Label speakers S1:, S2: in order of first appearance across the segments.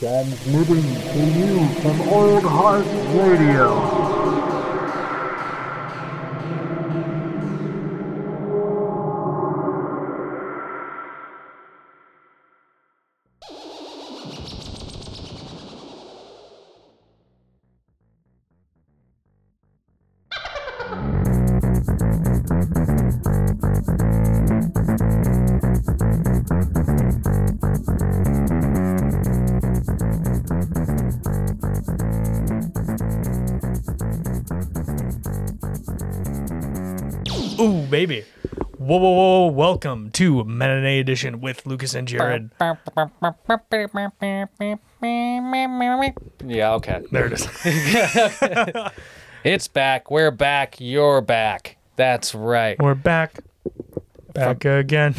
S1: Transmitting to you from Old Heart Radio.
S2: Ooh, baby. Whoa, whoa, whoa. Welcome to Matinee Edition with Lucas and Jared.
S3: Yeah, okay.
S2: There it is.
S3: It's back. We're back. You're back. That's right.
S2: We're back. Back again.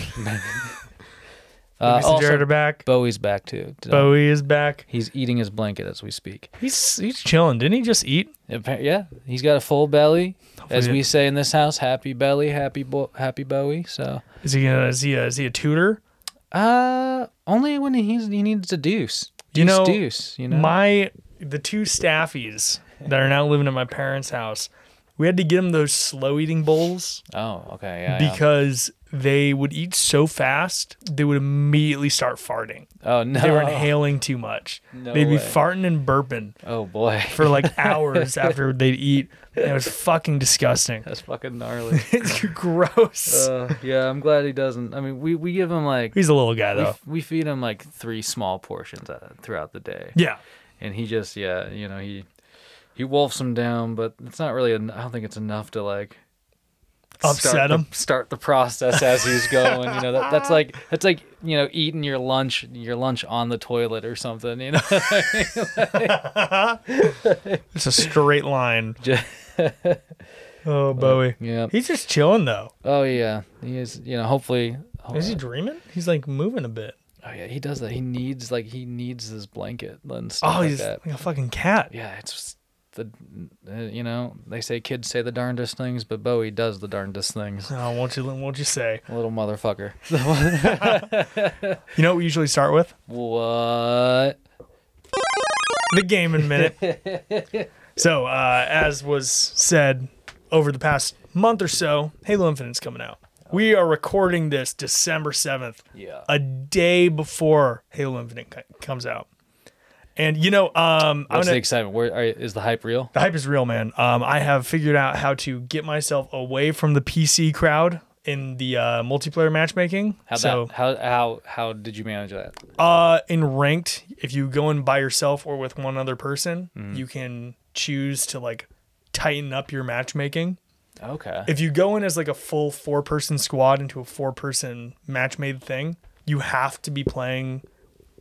S3: Uh,
S2: Lucas and
S3: also,
S2: Jared are back.
S3: Bowie's back too. Did I-
S2: Bowie is back.
S3: He's eating his blanket as we speak.
S2: He's he's chilling. Didn't he just eat?
S3: Appa- Yeah, he's got a full belly, as
S2: it-
S3: we say in this house. Happy belly, happy bo- happy Bowie. So,
S2: Is he gonna is he a, is he a tutor?
S3: uh, only when he's he needs a deuce. Deuce,
S2: You know,
S3: deuce. You know,
S2: My the two staffies that are now living at my parents' house, we had to get them those slow eating bowls
S3: oh, okay, yeah, yeah.
S2: because they would eat so fast they would immediately start farting.
S3: Oh no,
S2: They were inhaling too much.
S3: No
S2: They'd be
S3: way.
S2: farting and burping.
S3: oh boy,
S2: for like hours after they'd eat. And it was fucking disgusting.
S3: that's fucking gnarly.
S2: It's gross.
S3: uh, yeah, I'm glad he doesn't. I mean, we we give him like
S2: He's a little guy
S3: we,
S2: though.
S3: f- we feed him like three small portions uh, throughout the day.
S2: Yeah.
S3: and he just yeah you know he he wolfs them down but it's not really en- i don't think it's enough to like
S2: Upset
S3: start the-
S2: him.
S3: start the process as he's going you know that, that's like that's like you know eating your lunch your lunch on the toilet or something you know
S2: It's a straight line.
S3: Just-
S2: oh, Bowie.
S3: yeah
S2: He's just chilling though.
S3: oh yeah he is you know hopefully oh,
S2: Is he dreaming? He's like moving a bit.
S3: oh, yeah he does that he needs like he needs this blanket and stuff
S2: Oh,
S3: like
S2: he's
S3: that
S2: like a fucking cat.
S3: yeah it's the uh, you know they say kids say the darndest things but bowie does the darndest things
S2: Oh, won't you won't you say?
S3: little motherfucker
S2: You know what we usually start with?
S3: what
S2: The game in minute. so, uh, as was said over the past month or so, Halo Infinite's coming out. We are recording this December 7th.
S3: Yeah.
S2: a day before Halo Infinite co- comes out. And you know, um, I'm
S3: What's the
S2: gonna,
S3: excitement? Where are, is the hype real?
S2: the hype is real, man. Um, I have figured out how to get myself away from the PC crowd in the uh, multiplayer matchmaking.
S3: How
S2: so,
S3: that? How how how did you manage that?
S2: uh, in ranked, if you go in by yourself or with one other person,
S3: Mm.
S2: you can choose to like tighten up your matchmaking.
S3: Okay.
S2: If you go in as like a full four person squad into a four person match made thing, you have to be playing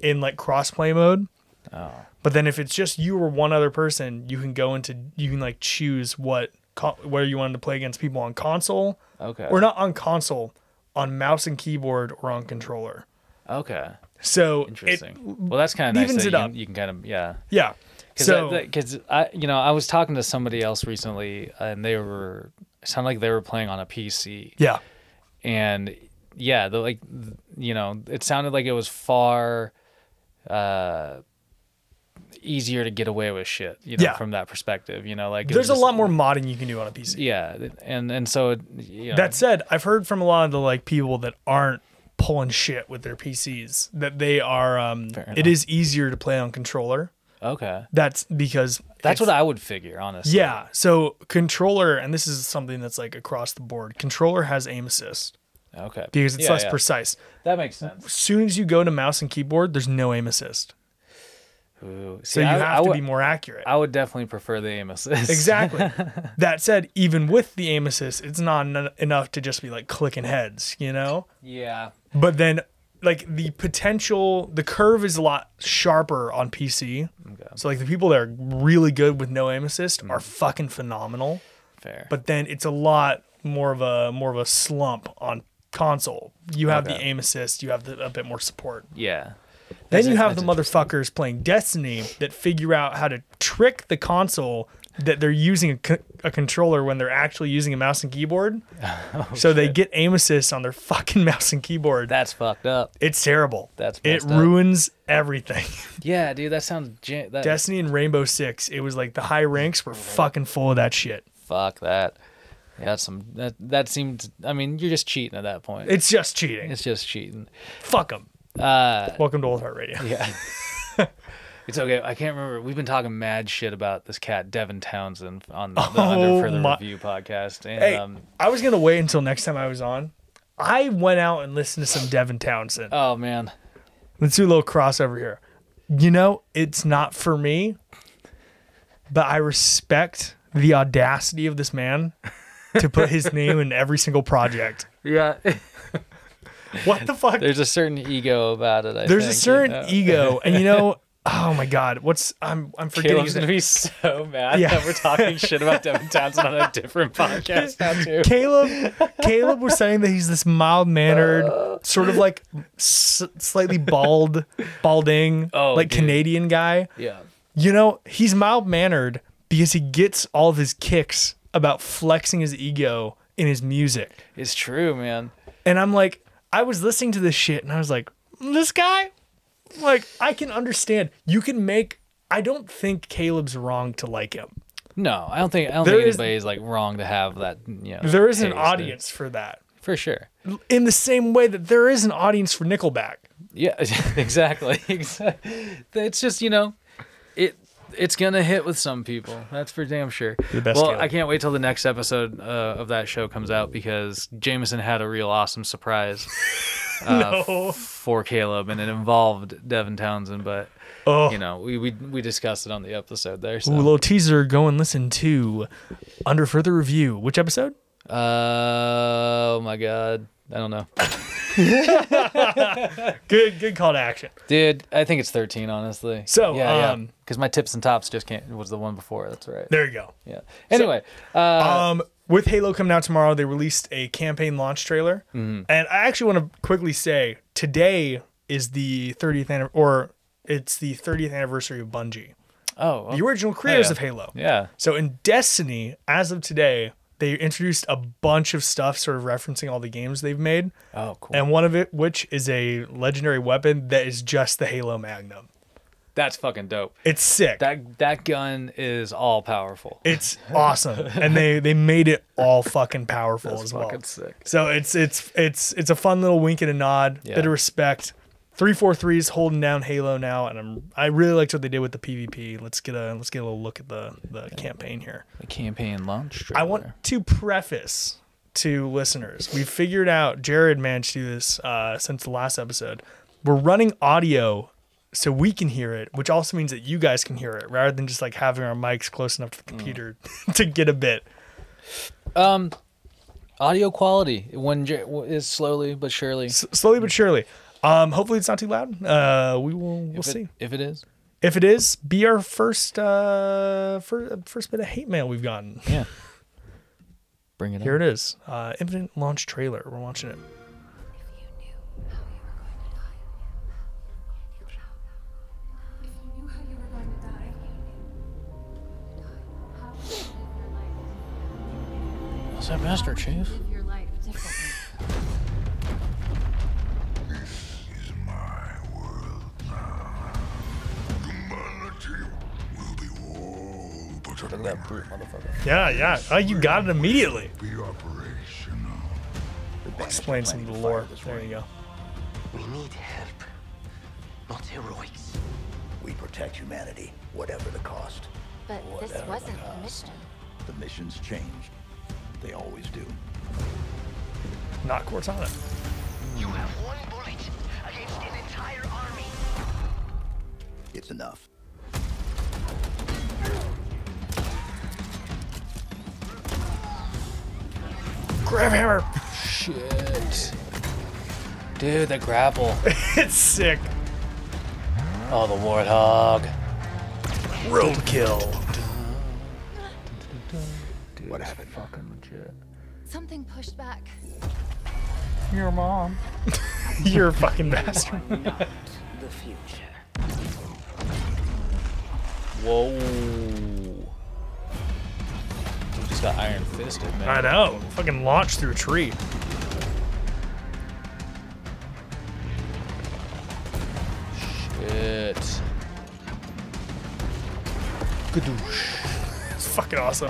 S2: in like crossplay mode.
S3: Oh.
S2: But then if it's just you or one other person, you can go into you can like choose what co- where you wanted to play against people on console
S3: Okay.
S2: or not on console, on mouse and keyboard or on controller.
S3: Okay.
S2: So it-
S3: Interesting. well, that's kind of nice.
S2: evens
S3: That
S2: it
S3: you,
S2: up.
S3: Can, you can kind of yeah.
S2: yeah. So
S3: because I, you know I was talking to somebody else recently and they were it sounded like they were playing on a PC
S2: yeah,
S3: and yeah the like th- you know it sounded like it was far uh easier to get away with shit you know
S2: Yeah.
S3: from that perspective you know like it was
S2: there's a
S3: just-
S2: lot more modding you can do on a PC.
S3: yeah th- and and so it, you know,
S2: That said, I've heard from a lot of the like people that aren't pulling shit with their PCs that they are. Um, it
S3: enough.
S2: is easier to play on controller.
S3: okay
S2: That's because it's-
S3: That's what I would figure, honestly.
S2: Yeah. So controller, and this is something that's like across the board. Controller has aim assist
S3: Okay.
S2: because it's
S3: Yeah,
S2: less
S3: yeah.
S2: precise.
S3: That makes sense.
S2: As soon as you go to mouse and keyboard, there's no aim assist,
S3: Ooh. See,
S2: so you
S3: I,
S2: have
S3: I
S2: to
S3: would,
S2: be more accurate.
S3: I would definitely prefer the aim assist.
S2: exactly. that said, even with the aim assist, it's not en- enough to just be like clicking heads, you know.
S3: Yeah.
S2: But then, like the potential, the curve is a lot sharper on PC. So like the people that are really good with no aim assist
S3: Mm.
S2: are fucking phenomenal.
S3: Fair.
S2: but then it's a lot more of a more of a slump on console. You have the
S3: Okay.
S2: aim assist, you have the, a bit more support.
S3: yeah.
S2: Then
S3: That's
S2: you
S3: it-
S2: have the
S3: that's
S2: motherfuckers playing Destiny that figure out how to trick the console that they're using a, co- a controller when they're actually using a mouse and keyboard.
S3: Oh,
S2: so they get aim assist on their fucking mouse and keyboard.
S3: That's fucked up.
S2: it's terrible.
S3: That's
S2: it
S3: messed up.
S2: ruins everything.
S3: Yeah, dude, that sounds. Gen- that,
S2: Destiny and Rainbow Six. It was like the high ranks were fucking full of that shit.
S3: fuck that. Yeah, that's some. That that seemed. I mean, you're just cheating at that point.
S2: It's just cheating.
S3: it's just cheating.
S2: Fuck 'em.
S3: Uh,
S2: Welcome to Old Heart Radio.
S3: Yeah. it's okay. I can't remember. We've been talking mad shit about this cat, Devin Townsend, on the
S2: Oh
S3: Under Further
S2: my-
S3: Review podcast. And
S2: Hey,
S3: um,
S2: I was gonna wait until next time I was on. I went out and listened to some Devin Townsend.
S3: oh, man.
S2: Let's do a little crossover here. You know, it's not for me, but I respect the audacity of this man to put his name in every single project.
S3: Yeah.
S2: What the fuck? There's,
S3: There's a certain ego about it. I
S2: a
S3: think,
S2: certain
S3: you know?
S2: ego, and you know, oh my god, what's I'm I'm forgetting.
S3: Caleb's
S2: his
S3: gonna
S2: name.
S3: be so mad
S2: Yeah.
S3: that we're talking shit about Devin Townsend on a different podcast now too.
S2: Caleb, Caleb was saying that he's this mild mannered,
S3: Uh.
S2: sort of like s- slightly bald, balding,
S3: Oh,
S2: like
S3: dude.
S2: Canadian guy.
S3: Yeah,
S2: You know, he's mild mannered because he gets all of his kicks about flexing his ego in his music.
S3: it's true, man.
S2: And I'm like, I was listening to this shit and I was like, this guy, like, I can understand. You can make, I don't think Caleb's wrong to like him.
S3: No, I don't think I don't
S2: There
S3: think
S2: is-
S3: anybody's like wrong to have that. You know,
S2: There is an
S3: taste, dude.
S2: audience for that.
S3: for sure.
S2: In the same way that there is an audience for Nickelback.
S3: Yeah, exactly. Exactly. It's just you know, it it's gonna hit with some people. That's for damn sure.
S2: the best,
S3: well,
S2: Caleb.
S3: I can't wait till the next episode uh, of that show comes out because Jameson had a real awesome surprise uh,
S2: Oh,
S3: for Caleb, and it involved Devin Townsend. But
S2: oh.
S3: you know, we we, we discussed it on the episode there.
S2: Ooh,
S3: So
S2: little teaser. Go and listen to Under Further Review. Which episode?
S3: uh, oh my god, I don't know,
S2: Good, good call to action.
S3: dude. I think it's thirteen, honestly.
S2: So,
S3: yeah,
S2: um,
S3: because my tips and tops just can't was the one before. That's right.
S2: There you go.
S3: Yeah. Anyway, uh,
S2: Um, with Halo coming out tomorrow, they released a campaign launch trailer,
S3: Mm-hmm.
S2: and I actually want to quickly say today is the 30th anniversary, or it's the 30th anniversary of Bungie,
S3: oh,
S2: the original creators
S3: yeah.
S2: of Halo.
S3: Yeah.
S2: So in Destiny, as of today, they introduced a bunch of stuff, sort of referencing all the games they've made,
S3: Oh, cool.
S2: and one of it, which is a legendary weapon that is just the Halo Magnum.
S3: That's fucking dope.
S2: It's sick.
S3: That that gun is all powerful.
S2: it's awesome, and they they made it all fucking powerful as well.
S3: fucking sick.
S2: So it's it's it's it's a fun little wink and a nod,
S3: Yeah.
S2: bit of respect. Three four three is holding down Halo now, and I'm I really liked what they did with the PvP. Let's get a let's get a little look at the the campaign here.
S3: The campaign launch.
S2: I want to preface to listeners. We figured out Jared managed to do this uh, since the last episode. We're running audio so we can hear it, which also means that you guys can hear it, rather than just like having our mics close enough to
S3: Mm.
S2: the computer to get a bit.
S3: audio quality when j- is slowly but surely.
S2: S- slowly but surely. Um, hopefully it's not too loud. Uh, we will we'll
S3: if it-
S2: see.
S3: if it is.
S2: If it is, be our first uh first, first bit of hate mail we've gotten.
S3: Yeah. Bring it
S2: Here
S3: on.
S2: it is. Uh, Infinite launch trailer. We're watching it.
S4: If you knew how you were going to die, if you knew how you were going to die, how would you live your life?
S3: What's that, Master
S4: How would
S3: Chief?
S4: you live your life differently?
S5: will be all but a
S3: That brute motherfucker.
S2: Yeah, yeah. Oh, you got it immediately.
S5: be operational.
S2: Explain some of the lore. There you go.
S6: We need help, not heroics.
S7: We protect humanity, whatever the cost.
S4: But this wasn't the mission.
S7: The missions change. They always do.
S2: Not Cortana.
S6: You have one bullet against an entire army.
S7: It's enough.
S2: Grab hammer.
S3: Shit. Dude, the grapple.
S2: it's sick.
S3: Oh, the warthog.
S2: Roadkill.
S7: what happened?
S3: Fucking legit.
S4: Something pushed back.
S3: Your mom.
S2: You're a fucking bastard.
S3: Whoa. just got iron fisted, man.
S2: I know. Fucking launched through a tree.
S3: Shit.
S2: It's fucking awesome.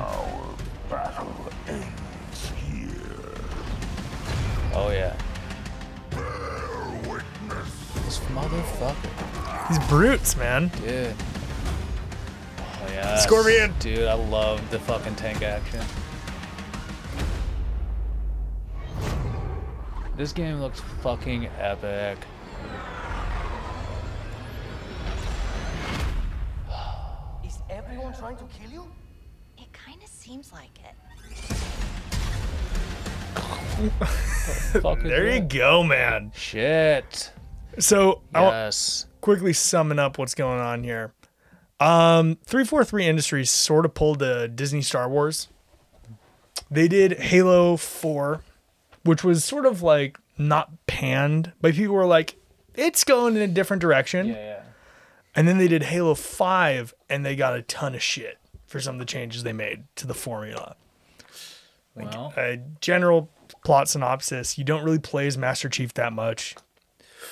S3: Oh yeah. This motherfucker.
S2: These brutes, man.
S3: Dude. Oh yeah.
S2: Scorpion.
S3: Dude, I love the fucking tank action. This game looks fucking epic.
S6: Is everyone trying to kill you?
S4: It kind of seems like it.
S3: Fuck is
S2: There you
S3: that?
S2: go, man.
S3: Shit.
S2: So I'll
S3: Yes.
S2: quickly summing up what's going on here. Um, 343 Industries sort of pulled the Disney Star Wars. They did Halo 4, which was sort of like not panned, but people were like, it's going in a different direction.
S3: Yeah, yeah.
S2: And then they did Halo 5 and they got a ton of shit for some of the changes they made to the formula.
S3: Well,
S2: A general plot synopsis you don't really play as Master Chief that much.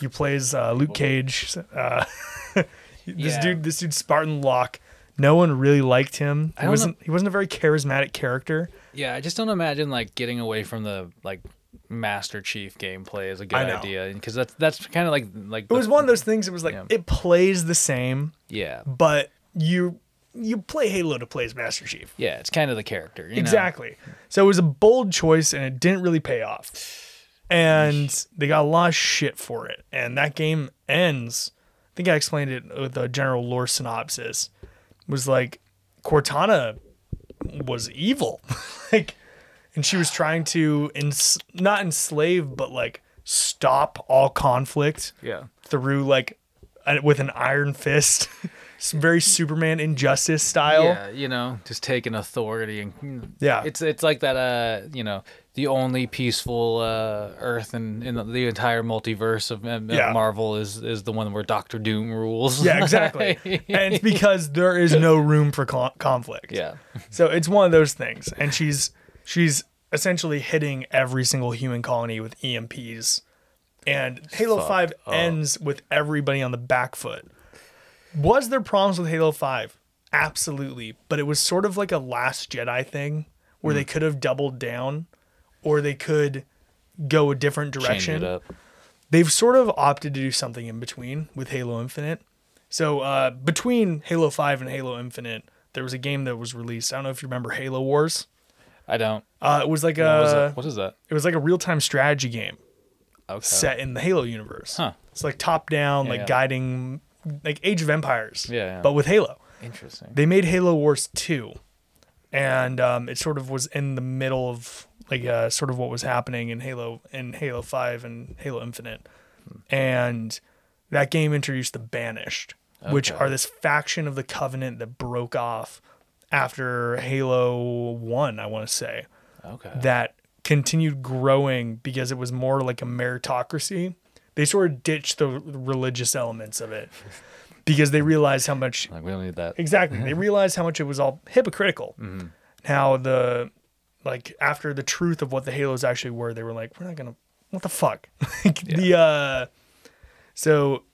S2: You play as uh, Luke Cage. Uh, this
S3: Yeah.
S2: dude, this dude Spartan Locke. No one really liked him.
S3: I
S2: He
S3: don't
S2: wasn't he wasn't a very charismatic character.
S3: yeah, I just don't imagine like getting away from the like Master Chief gameplay is a good
S2: I know.
S3: idea because that's that's kind of like like
S2: It was one of those things that was like
S3: Yeah.
S2: it plays the same,
S3: yeah
S2: but you you play Halo to play as Master Chief.
S3: yeah it's kind of the character you know?
S2: Exactly. So it was a bold choice and it didn't really pay off. And they got a lot of shit for it. And that game ends. I think I explained it with a general lore synopsis. It was like Cortana was evil. like and she was trying to ens- not enslave but like stop all conflict
S3: Yeah.
S2: through like uh, with an iron fist. It's very Superman injustice style.
S3: Yeah, you know, just taking authority and
S2: Yeah.
S3: it's it's like that. Uh, you know, the only peaceful uh, Earth in, in the, the entire multiverse of, of
S2: Yeah.
S3: Marvel is is the one where Doctor Doom rules.
S2: Yeah, exactly. and it's because there is no room for con- conflict.
S3: yeah,
S2: So it's one of those things, and she's she's essentially hitting every single human colony with EMPs, and Halo Five ends with everybody on the back foot. Was there problems with Halo Five? Absolutely, but it was sort of like a Last Jedi thing where
S3: Mm.
S2: they could have doubled down, or they could go a different
S3: change
S2: direction
S3: it up.
S2: they've sort of opted to do something in between with Halo Infinite. So uh, between Halo Five and Halo Infinite, there was a game that was released. I don't know if you remember Halo Wars.
S3: I don't.
S2: Uh, it was like
S3: what, is
S2: a
S3: that? what is that?
S2: it was like a real time strategy game
S3: Okay.
S2: set in the Halo universe.
S3: Huh.
S2: It's like top down, like
S3: yeah.
S2: guiding, like Age of Empires.
S3: Yeah, yeah.
S2: But with Halo,
S3: Interesting.
S2: they made Halo Wars two, and um, it sort of was in the middle of like uh, sort of what was happening in Halo in Halo Five and Halo Infinite, and that game introduced the Banished, which
S3: Okay.
S2: are this faction of the Covenant that broke off after Halo One, I want to say,
S3: okay.
S2: that continued growing because it was more like a meritocracy. They sort of ditched the religious elements of it because they realized how much
S3: like we don't need that.
S2: Exactly. they realized how much it was all hypocritical. How the like after the truth of what the Halos actually were, they were like, we're not gonna what the fuck? like the uh so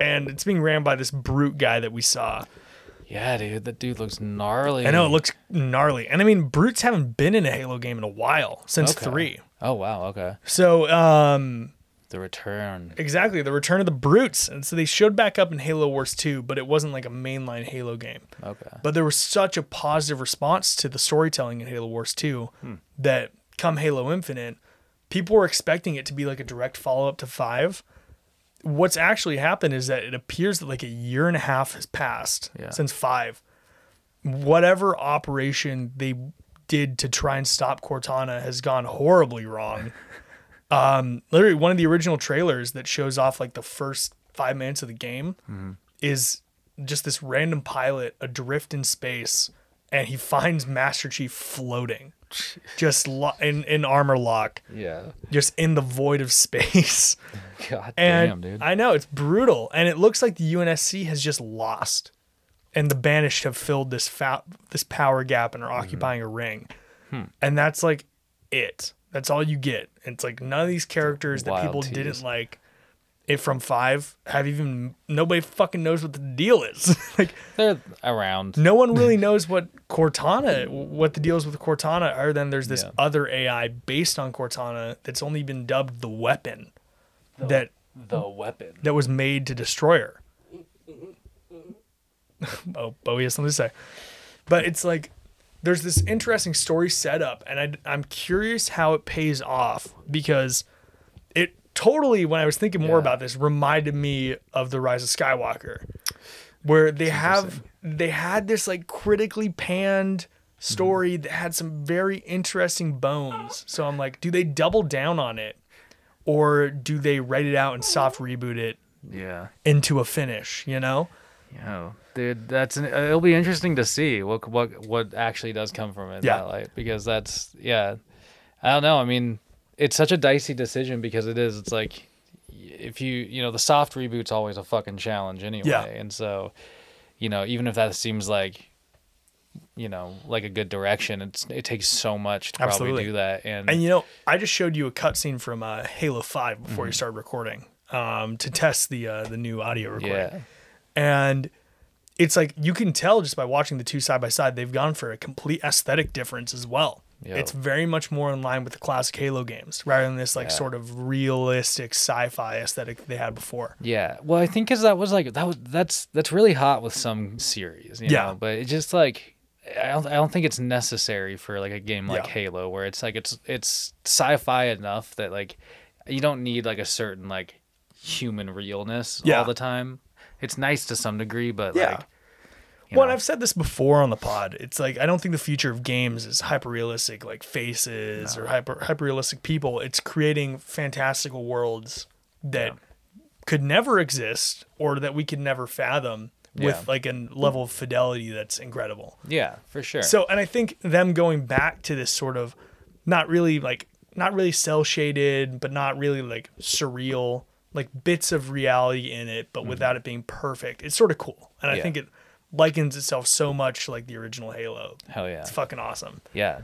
S2: and it's being ran by this brute guy that we saw.
S3: Yeah, dude, that dude looks gnarly.
S2: I know it looks gnarly. And I mean brutes haven't been in a Halo game in a while, since
S3: Okay.
S2: three.
S3: Oh wow. Okay.
S2: So um
S3: The return.
S2: Exactly, the return of the brutes, and so they showed back up in Halo Wars 2, but it wasn't like a mainline Halo game.
S3: Okay.
S2: But there was such a positive response to the storytelling in Halo Wars 2 that come Halo Infinite, people were expecting it to be like a direct follow up to 5. What's actually happened is that it appears that like a year and a half has passed
S3: Yeah.
S2: since 5. Whatever operation they did to try and stop Cortana has gone horribly wrong Um, literally one of the original trailers that shows off like the first five minutes of the game is just this random pilot adrift in space and he finds Master Chief floating just lo- in, in armor lock,
S3: Yeah.
S2: just in the void of space.
S3: God
S2: And
S3: damn, dude.
S2: I know it's brutal. And it looks like the UNSC has just
S3: Mm-hmm.
S2: lost and the banished have filled this fa- this power gap and are occupying a ring.
S3: Hmm.
S2: and that's like it. That's all you get. It's like none of these characters that
S3: Wild
S2: people
S3: tease.
S2: didn't like it from five have even nobody fucking knows what the deal is. like
S3: They're around.
S2: no one really knows what Cortana, what the deal is with Cortana, other than there's this
S3: Yeah.
S2: other AI based on Cortana that's only been dubbed the weapon that
S3: The weapon.
S2: that was made to destroy her. oh, Bowie has something to say. But it's like there's this interesting story set up, and I, I'm curious how it pays off because it totally, when I was thinking more
S3: Yeah.
S2: about this, reminded me of the Rise of Skywalker, where they have they had this like critically panned story that had some very interesting bones. So I'm like, do they double down on it? Or do they write it out and soft reboot it
S3: Yeah.
S2: into a finish, you know?
S3: Yeah, Oh, dude, that's an, it'll be interesting to see what what what actually does come from it in
S2: Yeah.
S3: that light because that's yeah, I don't know. I mean, it's such a dicey decision because it is. It's like y- if you you know the soft reboot's always a fucking challenge anyway, and so you know even if that seems like you know like a good direction, it's it takes so much to probably
S2: Absolutely.
S3: do that. And,
S2: And you know, I just showed you a cutscene from uh, Halo Five before you started recording um, to test the uh, the new audio recording,
S3: Mm-hmm. yeah,
S2: and it's like you can tell just by watching the two side by side, they've gone for a complete aesthetic difference as well.
S3: Yeah.
S2: It's very much more in line with the classic Halo games rather than this like
S3: Yeah.
S2: sort of realistic sci-fi aesthetic that they had before.
S3: Yeah. Well, I think because that was like that was that's that's really hot with some series. You
S2: Yeah.
S3: Know? But it's just like I don't I don't think it's necessary for like a game like
S2: Yeah.
S3: Halo where it's like it's it's sci-fi enough that like you don't need like a certain like human realness
S2: Yeah.
S3: all the time. It's nice to some degree, but
S2: Yeah.
S3: like you
S2: Well, and
S3: know.
S2: I've said this before on the pod. It's like I don't think the future of games is hyper realistic like faces or hyper hyper realistic people. It's creating fantastical worlds that could never exist or that we could never fathom
S3: Yeah.
S2: with like a level of fidelity that's incredible.
S3: yeah, for sure.
S2: So, and I think them going back to this sort of not really like not really cell shaded, but not really like surreal, like bits of reality in it, but without it being perfect. It's sort of cool, and I
S3: Yeah.
S2: think it likens itself so much to like the original Halo.
S3: hell yeah.
S2: It's fucking awesome.
S3: Yeah.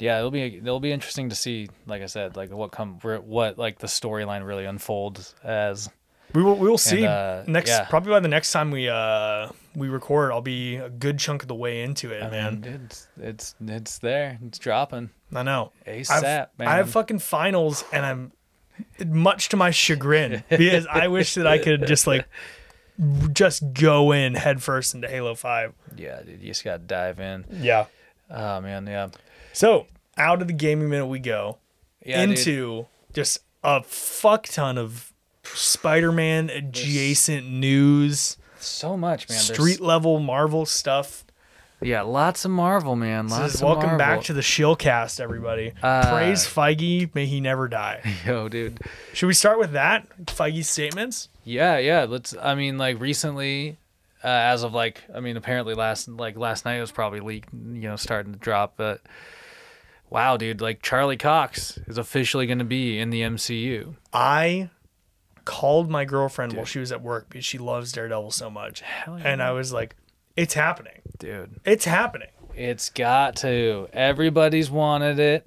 S3: Yeah, it'll be it'll be interesting to see, like I said, like what come where- what like the storyline really unfolds as.
S2: We will we will see
S3: uh,
S2: next
S3: yeah.
S2: probably by the next time we uh we record. I'll be a good chunk of the way into it, man.
S3: And it's it's it's there, it's dropping.
S2: I know.
S3: ASAP,
S2: I've-
S3: man.
S2: I have fucking finals, and I'm much to my chagrin because I wish that I could just like just go in headfirst into Halo Five.
S3: Yeah, dude, you just gotta dive in.
S2: Yeah.
S3: Oh man, yeah,
S2: So out of the gaming minute we go
S3: yeah, dude.
S2: into just a fuck ton of Spider-Man adjacent news,
S3: so much, man. There's-
S2: street level Marvel stuff.
S3: yeah, lots of Marvel, man.
S2: This
S3: Lots
S2: is
S3: of
S2: welcome back
S3: Marvel.
S2: to the Shillcast, everybody.
S3: Uh,
S2: Praise Feige, may he never die.
S3: yo, dude.
S2: Should we start with that? Feige's statements.
S3: Yeah, yeah. Let's. I mean, like recently, uh, as of like, I mean, apparently last like last night it was probably leaked, you know, starting to drop. But wow, dude, like Charlie Cox is officially gonna be in the MCU.
S2: I called my girlfriend while she was at work because she loves Daredevil so much. And I was like, it's happening.
S3: Dude,
S2: It's happening.
S3: It's got to. Everybody's wanted it.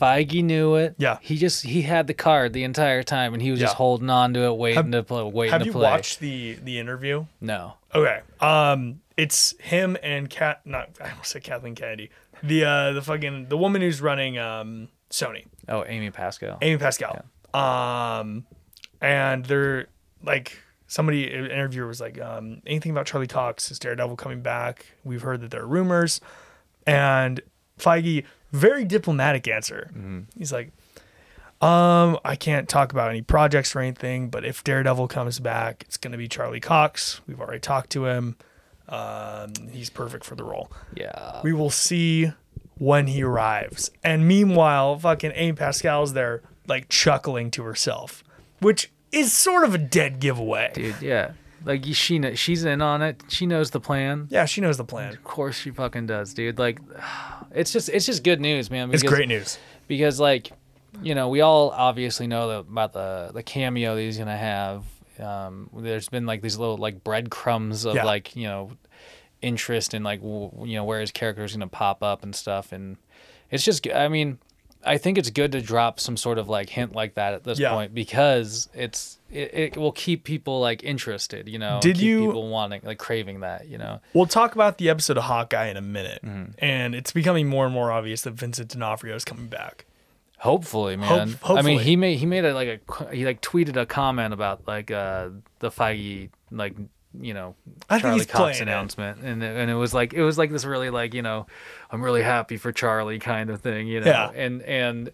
S3: Feige knew it.
S2: Yeah.
S3: He just he had the card the entire time, and he was just
S2: Yeah.
S3: holding on to it, waiting to play. Waiting
S2: Have
S3: to
S2: you
S3: play.
S2: watched the the interview?
S3: No.
S2: Okay. Um it's him and Cat not I almost said Kathleen Kennedy. The uh the fucking the woman who's running um Sony.
S3: Oh, Amy Pascal.
S2: Amy Pascal. Um, and they're like somebody an interviewer was like, um, anything about Charlie Cox is Daredevil coming back? We've heard that there are rumors, and Feige very diplomatic answer. He's like, um, I can't talk about any projects or anything, but if Daredevil comes back, it's gonna be Charlie Cox. We've already talked to him. Um, he's perfect for the role
S3: yeah.
S2: we will see when he arrives. And meanwhile, fucking Amy Pascal's there, like chuckling to herself, which is sort of a dead giveaway.
S3: Dude. Yeah. Like she kn- she's in on it. She knows the plan.
S2: Yeah, she knows the plan.
S3: Of course she fucking does, dude. Like, it's just it's just good news, man.
S2: It's
S3: because-
S2: great news.
S3: because like you know we all obviously know the, about the the cameo that he's gonna have um there's been like these little like breadcrumbs of
S2: Yeah.
S3: like you know interest in like w- you know where his character is gonna pop up and stuff and it's just I mean, I think it's good to drop some sort of like hint like that at this
S2: Yeah.
S3: point because it's it, it will keep people like interested, you know.
S2: Did
S3: keep
S2: you-
S3: people wanting like craving that, you know?
S2: We'll talk about the episode of Hawkeye in a minute,
S3: Mm-hmm.
S2: and it's becoming more and more obvious that Vincent D'Onofrio is coming back.
S3: Hopefully, man. I mean,
S2: hopefully.
S3: he made he made a, like a qu- he like tweeted a comment about like uh the Feige like you know
S2: I think
S3: Charlie
S2: he's playing
S3: Cox
S2: it.
S3: announcement, and it, and it was like it was like this really like you know I'm really happy for Charlie kind of thing, you know.
S2: Yeah.
S3: And and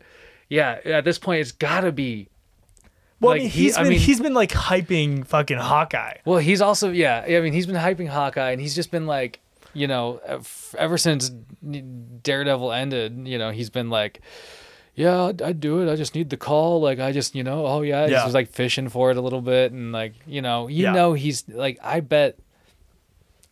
S3: yeah, at this point, it's gotta be
S2: Well, I
S3: Like,
S2: mean,
S3: he-
S2: he's
S3: I
S2: been
S3: mean-
S2: he's been like hyping fucking Hawkeye.
S3: Well, he's also yeah. I mean, he's been hyping Hawkeye, and he's just been like, you know, f- ever since Daredevil ended, you know, he's been like, yeah, I'd, I'd do it. I just need the call. Like, I just, you know, oh yeah, he's
S2: Yeah.
S3: just, like fishing for it a little bit, and like, you know, you
S2: Yeah.
S3: know, he's like, I bet.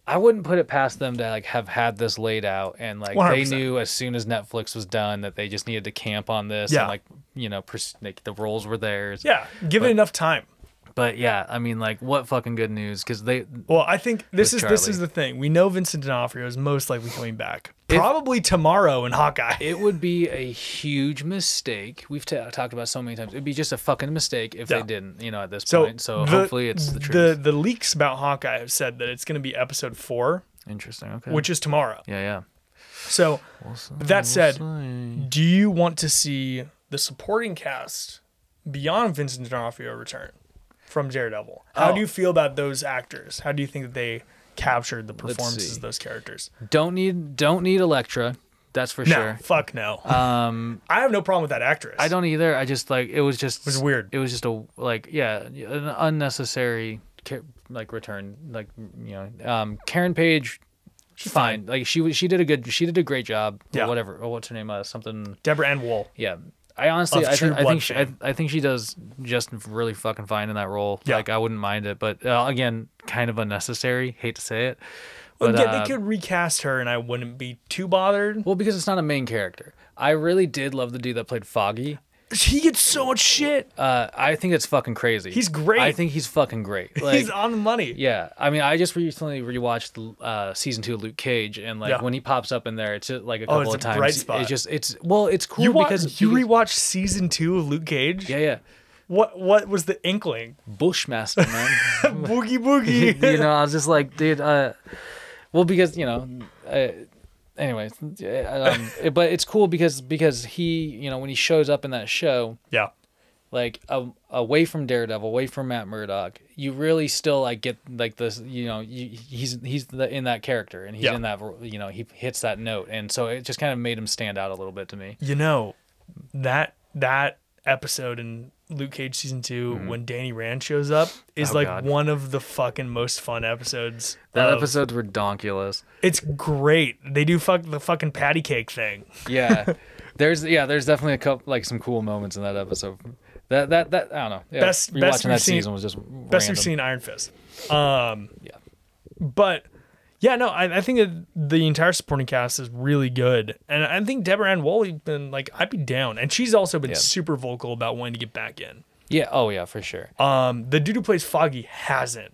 S3: I wouldn't put it past them to like have had this laid out and like they
S2: 100%.
S3: knew as soon as Netflix was done that they just needed to camp on this
S2: Yeah.
S3: and like you know pers- like the roles were theirs.
S2: Yeah, give it enough time.
S3: But yeah, I mean like what fucking good news because they
S2: Well, I think this is
S3: With
S2: this
S3: Charlie.
S2: is the thing. We know Vincent D'Onofrio is most likely coming back,
S3: If-
S2: probably tomorrow in Hawkeye.
S3: It would be a huge mistake. We've t- talked about it so many times. It'd be just a fucking mistake if
S2: Yeah.
S3: they didn't, you know, at this
S2: so
S3: point. So
S2: the-
S3: hopefully it's the truth.
S2: The the leaks about Hawkeye have said that it's going to be episode four,
S3: Interesting. Okay.
S2: which is tomorrow.
S3: yeah, yeah.
S2: So, but that said, do you want to see the supporting cast beyond Vincent D'Onofrio return from Daredevil? How
S3: Oh.
S2: do you feel about those actors? How do you think that they captured the performances
S3: see.
S2: of those characters?
S3: Don't need don't need Electra. That's for
S2: No,
S3: sure.
S2: fuck no.
S3: Um,
S2: I have no problem with that actress.
S3: I don't either. I just like it was just it
S2: was weird.
S3: It was just a like yeah, an unnecessary ca- like return like you know. Um, Karen Page, fine. Like she was she did a good she did a great job.
S2: Yeah.
S3: Yeah. Whatever. Oh, what's her name? Uh, something.
S2: Deborah Ann Wool.
S3: Yeah. I honestly,
S2: Of
S3: I,
S2: True
S3: think I
S2: Blood
S3: think she, I, I think she does just really fucking fine in that role.
S2: Yeah.
S3: Like I wouldn't mind it, but uh, again, kind of unnecessary. Hate to say it,
S2: Well,
S3: but
S2: yeah,
S3: uh,
S2: they could recast her, and I wouldn't be too bothered.
S3: well because it's not a main character. I really did love the dude that played Foggy.
S2: He gets so much shit.
S3: Uh, I think it's fucking crazy.
S2: He's great.
S3: I think he's fucking great. Like,
S2: He's on the money.
S3: Yeah, I mean, I just recently rewatched uh, season two of Luke Cage, and like
S2: Yeah.
S3: when he pops up in there, it's just, like a
S2: Oh,
S3: couple
S2: it's
S3: of
S2: a
S3: times.
S2: bright spot.
S3: It's just it's well, it's cool
S2: You watch,
S3: because
S2: you
S3: because-
S2: rewatch season two of Luke Cage.
S3: yeah yeah
S2: What what was the inkling?
S3: Bushmaster man.
S2: Boogie boogie.
S3: you know, I was just like, dude, uh, well, because you know, uh, anyways, uh, um, it- but it's cool because because he, you know, when he shows up in that show,
S2: Yeah.
S3: like um, away from Daredevil, away from Matt Murdock, you really still like get like this, you know, you, he's he's the, in that character and he's
S2: Yeah.
S3: in that, ro- you know, he hits that note, and so it just kind of made him stand out a little bit to me.
S2: You know, that that episode in Luke Cage season 2 when Danny Rand shows up is
S3: Mm-hmm. Oh,
S2: like
S3: God.
S2: one of the fucking most fun episodes.
S3: That
S2: of-
S3: episode's redonkulous.
S2: It's great. They do fuck the fucking patty cake thing.
S3: Yeah. There's yeah, there's definitely a couple like some cool moments in that episode. That that that I don't know. Yeah,
S2: Best-
S3: rewatching
S2: best we've
S3: that
S2: seen-
S3: season was just
S2: best
S3: random.
S2: we've seen Iron Fist. Um, yeah, but yeah, no, I, I think that the entire supporting cast is really good, and I think Deborah Ann Woolley been like, I'd be down, and she's also been
S3: Yeah.
S2: super vocal about wanting to get back in.
S3: Yeah. Oh yeah, for sure.
S2: Um, the dude who plays Foggy hasn't.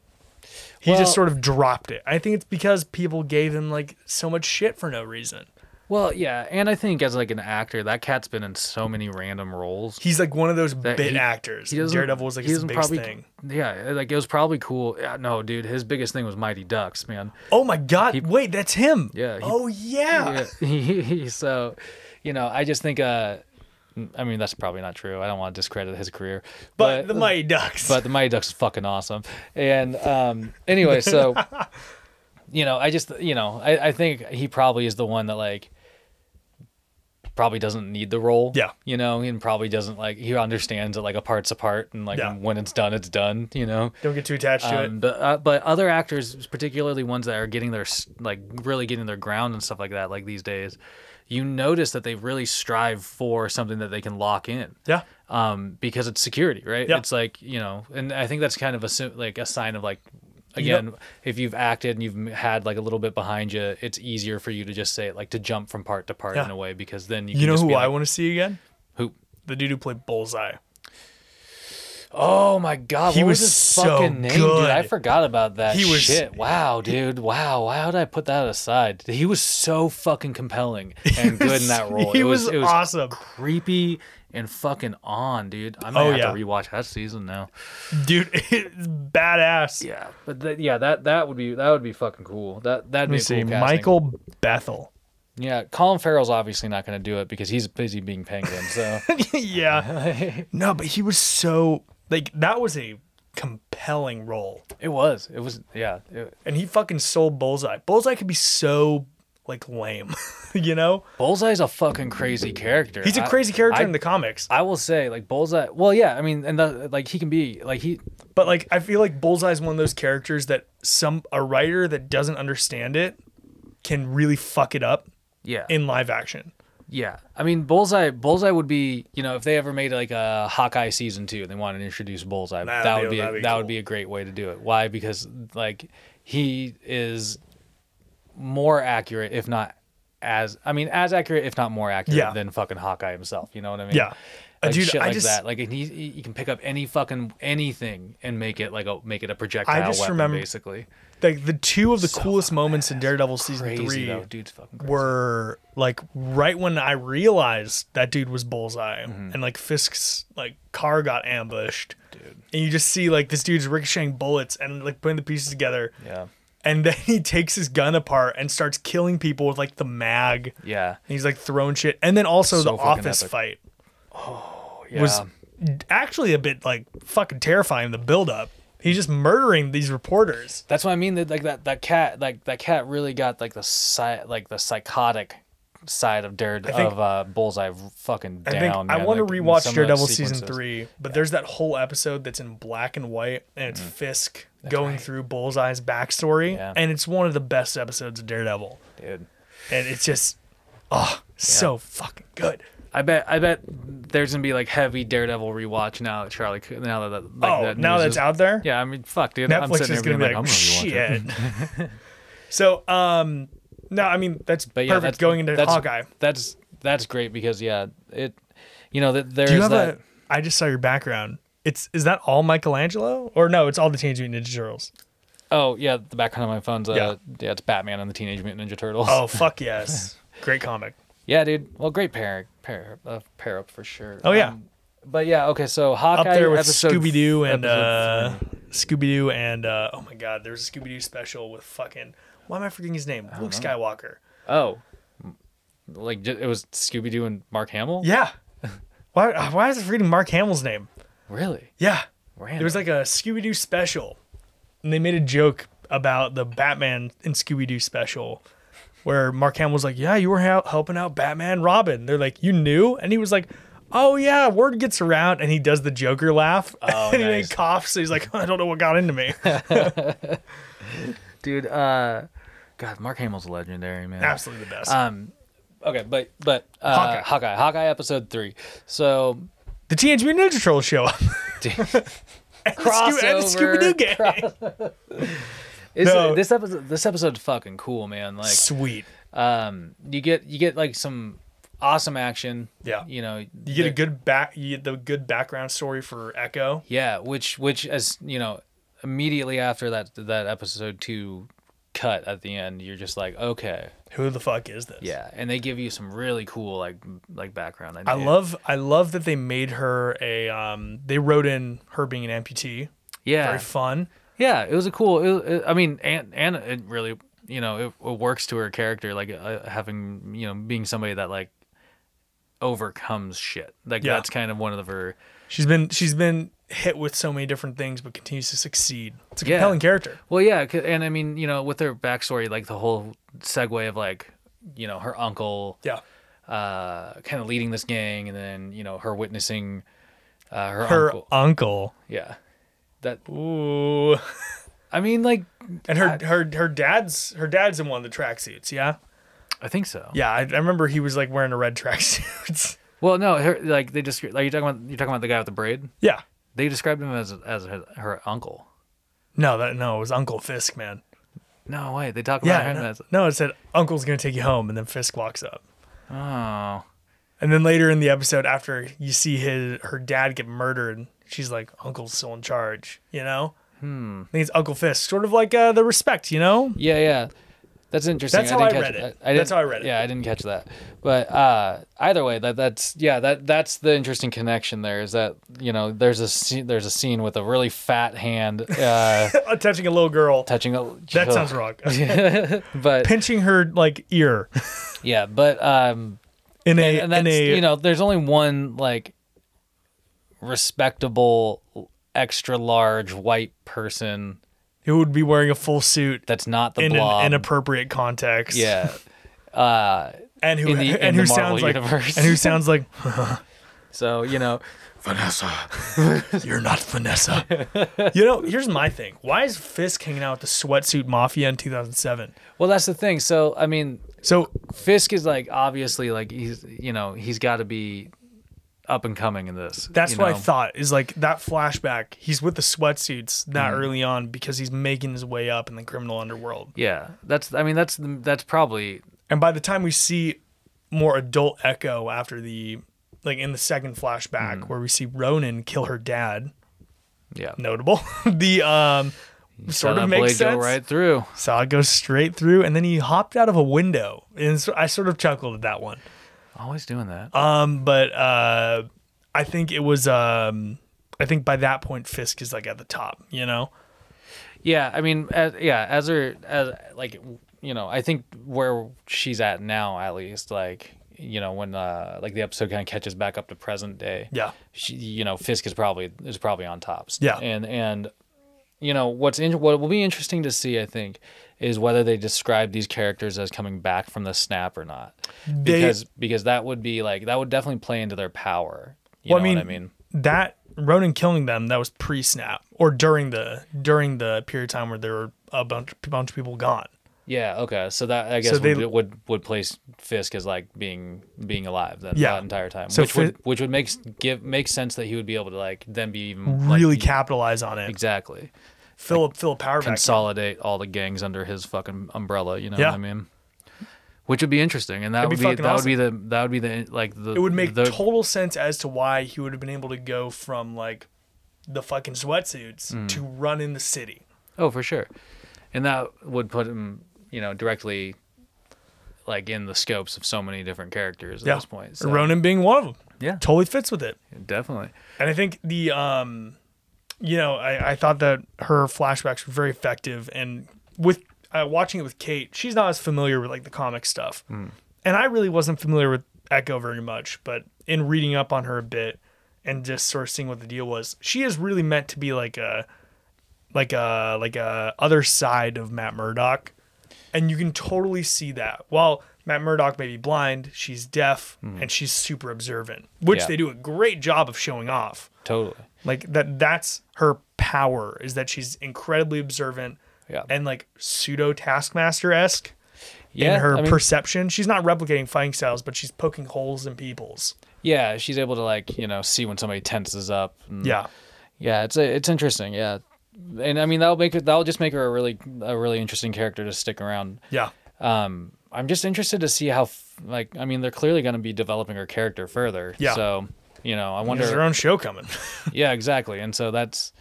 S2: He
S3: Well-
S2: just sort of dropped it. I think it's because people gave him like so much shit for no reason.
S3: well, yeah, and I think as like an actor, that cat's been in so many random roles.
S2: He's like one of those
S3: that
S2: bit
S3: he-
S2: actors.
S3: he doesn't-
S2: Daredevil was like
S3: he
S2: his
S3: doesn't
S2: biggest
S3: probably-
S2: thing.
S3: Yeah, like it was probably cool. Yeah, no, dude, his biggest thing was Mighty Ducks, man.
S2: Oh my god! Wait, that's him.
S3: Yeah, he-
S2: oh yeah.
S3: Yeah. so, you know, I just think. uh I mean, that's probably not true. I don't want to discredit his career,
S2: But, the Mighty Ducks.
S3: but the Mighty Ducks is fucking awesome. And um, anyway, so you know, I just you know, I, I think he probably is the one that like probably doesn't need the role.
S2: Yeah.
S3: You know, and probably doesn't like he understands that like a part's a part and like
S2: Yeah.
S3: when it's done, it's done, you know.
S2: Don't get too attached to it.
S3: Um, but uh, but other actors, particularly ones that are getting their s- like really getting their ground and stuff like that, like these days, you notice that they really strive for something that they can lock in
S2: Yeah.
S3: um, because it's security, right?
S2: Yeah.
S3: It's like you know, and I think that's kind of a si- like a sign of like,
S2: You
S3: again, if you've acted and you've m- had like a little bit behind you, it's easier for you to just say like to jump from part to part
S2: Yeah.
S3: in a way because then you,
S2: You
S3: can
S2: know
S3: just
S2: who
S3: be
S2: I
S3: like,
S2: want to see again?
S3: who
S2: The dude who played Bullseye.
S3: Oh my god,
S2: He
S3: what was,
S2: was
S3: his
S2: so
S3: fucking name, dude? I
S2: good.
S3: forgot about that.
S2: He was-
S3: shit. Wow, dude. Wow. Why would I put that aside? He was so fucking compelling and good in that role.
S2: He
S3: it
S2: was,
S3: was, it was
S2: awesome,
S3: creepy and fucking on, dude. I might
S2: Oh,
S3: have
S2: yeah.
S3: to rewatch that season now.
S2: dude. It's badass.
S3: Yeah, but th- yeah, that that would be that would be fucking cool. That that'd
S2: Let
S3: be
S2: me
S3: a
S2: see,
S3: cool casting.
S2: Michael Bethel.
S3: Yeah, Colin Farrell's obviously not going to do it because he's busy being Penguin. So
S2: yeah, no, but he was so like that was a compelling role,
S3: it was, it was, yeah, it-
S2: and he fucking sold Bullseye. Bullseye could be so like lame, you know.
S3: Bullseye's a fucking crazy character.
S2: He's a
S3: I-
S2: crazy character
S3: I-
S2: in the comics,
S3: I will say, like Bullseye. Well, yeah, I mean, and the, like he can be like he.
S2: but like I feel like Bullseye's one of those characters that some a writer that doesn't understand it can really fuck it up
S3: Yeah,
S2: in live action.
S3: yeah. I mean, Bullseye. Bullseye would be, you know, if they ever made like a Hawkeye season two, and they wanted to introduce Bullseye.
S2: That'd
S3: that
S2: be-
S3: would be, a-
S2: that'd be
S3: that
S2: cool.
S3: would be a great way to do it. Why? Because like he is more accurate, if not as. I mean, as accurate, if not more accurate
S2: Yeah.
S3: than fucking Hawkeye himself. You know what I mean?
S2: Yeah. Uh,
S3: Like
S2: dude,
S3: shit
S2: I
S3: like
S2: just-
S3: that. Like, and he, he he can pick up any fucking anything and make it like a make it a projectile
S2: just
S3: weapon,
S2: remember-
S3: basically.
S2: Like the two of the coolest moments in Daredevil season
S3: Crazy
S2: three
S3: though, dude's fucking crazy.
S2: were like right when I realized that dude was Bullseye
S3: Mm-hmm.
S2: and like Fisk's like car got ambushed. Dude. And you just see like this dude's ricocheting bullets and like putting the pieces together.
S3: Yeah.
S2: And then he takes his gun apart and starts killing people with like the mag. And
S3: Yeah.
S2: he's like throwing shit. And then also
S3: So
S2: the
S3: fucking
S2: office
S3: epic.
S2: fight
S3: Yeah.
S2: was actually a bit like fucking terrifying the build up. He's just murdering these reporters.
S3: That's what I mean. That like that that cat like that cat really got like the psy- like the psychotic side of Dare
S2: think-
S3: of uh, Bullseye fucking
S2: I
S3: down.
S2: think I
S3: man.
S2: want
S3: Like,
S2: to
S3: in some
S2: rewatch
S3: of
S2: Daredevil
S3: those
S2: season
S3: sequences.
S2: three, but there's that whole episode that's in black and white, and it's Fisk going through Bullseye's backstory,
S3: Mm. Yeah.
S2: and it's one of the best episodes of Daredevil,
S3: Dude.
S2: and it's just, oh, so fucking good.
S3: I bet I bet there's gonna be like heavy Daredevil rewatch now. Charlie, Co- now that, that like,
S2: oh,
S3: that
S2: now
S3: news
S2: that's
S3: is-
S2: out there.
S3: Yeah, I mean, fuck, dude. I'm
S2: Netflix
S3: sitting
S2: is
S3: there
S2: gonna
S3: being
S2: be
S3: like,
S2: like,
S3: I'm gonna rewatch it.
S2: shit. so, um, no, I mean that's
S3: But yeah,
S2: perfect
S3: that's
S2: going into
S3: that's,
S2: Hawkeye.
S3: That's that's great because yeah, it, you know that there's
S2: Do you have
S3: that.
S2: a? I just saw your background. It's is that all Michelangelo or no? It's all the Teenage Mutant Ninja Turtles.
S3: oh yeah, the background of my phone's uh,
S2: Yeah.
S3: yeah. it's Batman and the Teenage Mutant Ninja Turtles.
S2: Oh fuck yes, great comic.
S3: Yeah, dude. Well, great pair, pair, uh, pair up for sure. Um,
S2: Oh, yeah.
S3: but yeah, okay. So
S2: up
S3: Hawkeye
S2: there with
S3: episode-
S2: Scooby Doo and
S3: episode
S2: uh,
S3: three.
S2: Scooby Doo and uh, oh my God, there's a Scooby Doo special with fucking why am I forgetting his name? Luke Skywalker.
S3: oh, like ju- it was Scooby Doo and Mark Hamill.
S2: Yeah. why why is it forgetting Mark Hamill's name?
S3: really.
S2: Yeah.
S3: Random.
S2: There was like a Scooby Doo special, and they made a joke about the Batman and Scooby Doo special. Where Mark Hamill was like, "Yeah, you were hel- helping out Batman, Robin." They're like, "You knew," and he was like, "Oh yeah." Word gets around, and he does the Joker laugh,
S3: Oh,
S2: and he then
S3: nice.
S2: coughs. So he's like, "I don't know what got into me."
S3: dude. Uh, God, Mark Hamill's legendary, man.
S2: Absolutely the best.
S3: Um, okay, but but uh,
S2: Hawkeye.
S3: Hawkeye, Hawkeye, Hawkeye episode three. So
S2: the Teenage Mutant Ninja Turtles show up. Scoo- and the Scooby Doo
S3: crossover.
S2: gang.
S3: It's-
S2: No.
S3: This episode, this episode's fucking cool, man. Like,
S2: Sweet.
S3: um, you get you get like some awesome action.
S2: Yeah.
S3: you know,
S2: You get a good back. You get the good background story for Echo.
S3: Yeah, which which as you know, immediately after that that episode two cut at the end, you're just like, okay,
S2: Who the fuck is this?
S3: yeah, and they give you some really cool like m- like background.
S2: I love. I love that they made her a. Um, they wrote in her being an amputee.
S3: yeah,
S2: Very fun.
S3: yeah. It was a cool. It, it- I mean, and and it really you know it, it works to her character like uh, having you know being somebody that like overcomes shit. Like
S2: Yeah.
S3: that's kind of one of her.
S2: She's been. She's been hit with so many different things, but continues to succeed. It's a
S3: Yeah.
S2: compelling character.
S3: Well, yeah, 'cause- and I mean, you know, with her backstory, like the whole segue of like, you know, her uncle,
S2: Yeah.
S3: uh, kind of leading this gang, and then you know her witnessing uh, her,
S2: Her
S3: uncle.
S2: uncle.
S3: Yeah, that
S2: Ooh.
S3: I mean, like
S2: And her her her dad's her dad's in one of the tracksuits. Yeah.
S3: I think so.
S2: Yeah. I, I remember he was like wearing a red tracksuit.
S3: Well, no, her, like they just like you talking about you talking about the guy with the braid.
S2: yeah.
S3: They described him as as her, her uncle.
S2: No, that no, it was Uncle Fisk, man.
S3: No way, they talk about
S2: Yeah,
S3: him
S2: no,
S3: as
S2: no, it said Uncle's gonna take you home, and then Fisk walks up,
S3: oh
S2: and then later in the episode, after you see his her dad get murdered, she's like, Uncle's still in charge, you know? Hmm. I think it's Uncle Fisk, sort of like uh, the respect, you know?
S3: Yeah, yeah. That's interesting.
S2: That's how I
S3: catch,
S2: read it.
S3: didn't-
S2: That's how I read it.
S3: Yeah, I didn't catch that. But uh, either way, that that's yeah, that that's the interesting connection there is that you know there's a scene, there's a scene with a really fat hand uh,
S2: Touching a little girl.
S3: touching a.
S2: that sounds wrong.
S3: But
S2: Pinching her like ear
S3: yeah, but um,
S2: in a
S3: and that's
S2: in a
S3: you know there's only one like respectable extra large white person
S2: who would be wearing a full suit
S3: that's not the
S2: in
S3: blob.
S2: an inappropriate context.
S3: yeah.
S2: and who
S3: in the- in
S2: and who
S3: the Marvel
S2: sounds like
S3: universe.
S2: and who sounds like
S3: So you know,
S2: You're not Vanessa. you know, here's my thing. Why is Fisk hanging out with the sweatsuit mafia in 2007?
S3: well that's the thing. So I mean,
S2: So
S3: Fisk is like obviously like he's you know he's got to be up and coming in this.
S2: that's
S3: you
S2: what
S3: know?
S2: I thought is like that flashback. He's with the sweatsuits that early on because he's making his way up in the criminal underworld.
S3: Yeah, that's I mean that's that's probably
S2: And by the time we see more adult Echo after the like in the second flashback where we see Ronan kill her dad,
S3: yeah.
S2: notable. the um
S3: Saw
S2: sort
S3: that
S2: of makes
S3: blade go
S2: sense.
S3: right through.
S2: Saw it go straight through, and then he hopped out of a window, and so I sort of chuckled at that one.
S3: Always doing that.
S2: Um, but uh, I think it was. Um, I think by that point, Fisk is like at the top. You know,
S3: Yeah, I mean, as, yeah, as her, as like, you know, I think where she's at now, at least, like, you know, when uh, like the episode kind of catches back up to present day.
S2: Yeah.
S3: she, you know, Fisk is probably is probably on tops.
S2: Yeah.
S3: and and you know what's in, what will be interesting to see, I think, is whether they describe these characters as coming back from the snap or not, because because that would be like that would definitely play into their power. You
S2: Well, I
S3: know
S2: mean-
S3: what I mean?
S2: that Ronan killing them that was pre-snap or during the during the period of time where there were a bunch bunch of people gone.
S3: Yeah. Okay. So that I guess
S2: So they-
S3: would, would would place Fisk as like being being alive then
S2: Yeah.
S3: that entire time,
S2: So
S3: which would
S2: Fi-
S3: which would make s- give make sense that he would be able to like then be even like, e,
S2: Really capitalize on it.
S3: exactly
S2: Philip Philip Power vacuum.
S3: consolidate all the gangs under his fucking umbrella. You know
S2: Yeah.
S3: what I mean? Which would be interesting, and that
S2: That'd be
S3: would
S2: fucking
S3: be, that would be the that would be the like the
S2: It would make
S3: the,
S2: total sense as to why he would have been able to go from like the fucking sweatsuits
S3: Mm.
S2: to run in the city.
S3: oh for sure, and that would put him you know directly like in the scopes of so many different characters at
S2: Yeah,
S3: this point. So,
S2: Ronan being one of them.
S3: Yeah.
S2: totally fits with it.
S3: definitely.
S2: And I think the um you know, I, I thought that her flashbacks were very effective and with uh, watching it with Kate, she's not as familiar with like the comic stuff. And I really wasn't familiar with Echo very much, but in reading up on her a bit and just sort of seeing what the deal was, she is really meant to be like a like a like a other side of Matt Murdock. And you can totally see that. While Matt Murdock may be blind, she's deaf and she's super observant, which
S3: Yeah.
S2: they do a great job of showing off.
S3: Totally.
S2: Like that that's her power is that she's incredibly observant
S3: Yeah.
S2: and like pseudo taskmaster esque
S3: yeah,
S2: in her
S3: I mean,
S2: perception. She's not replicating fighting styles, but she's poking holes in people's.
S3: yeah, she's able to like you know see when somebody tenses up. And,
S2: Yeah.
S3: yeah, it's it's interesting. Yeah, and I mean that'll make her that'll just make her a really a really interesting character to stick around.
S2: Yeah.
S3: Um, I'm just interested to see how f- like I mean they're clearly going to be developing her character further.
S2: Yeah.
S3: So you know I
S2: There's her
S3: wonder.
S2: own show coming.
S3: yeah, exactly. And so that's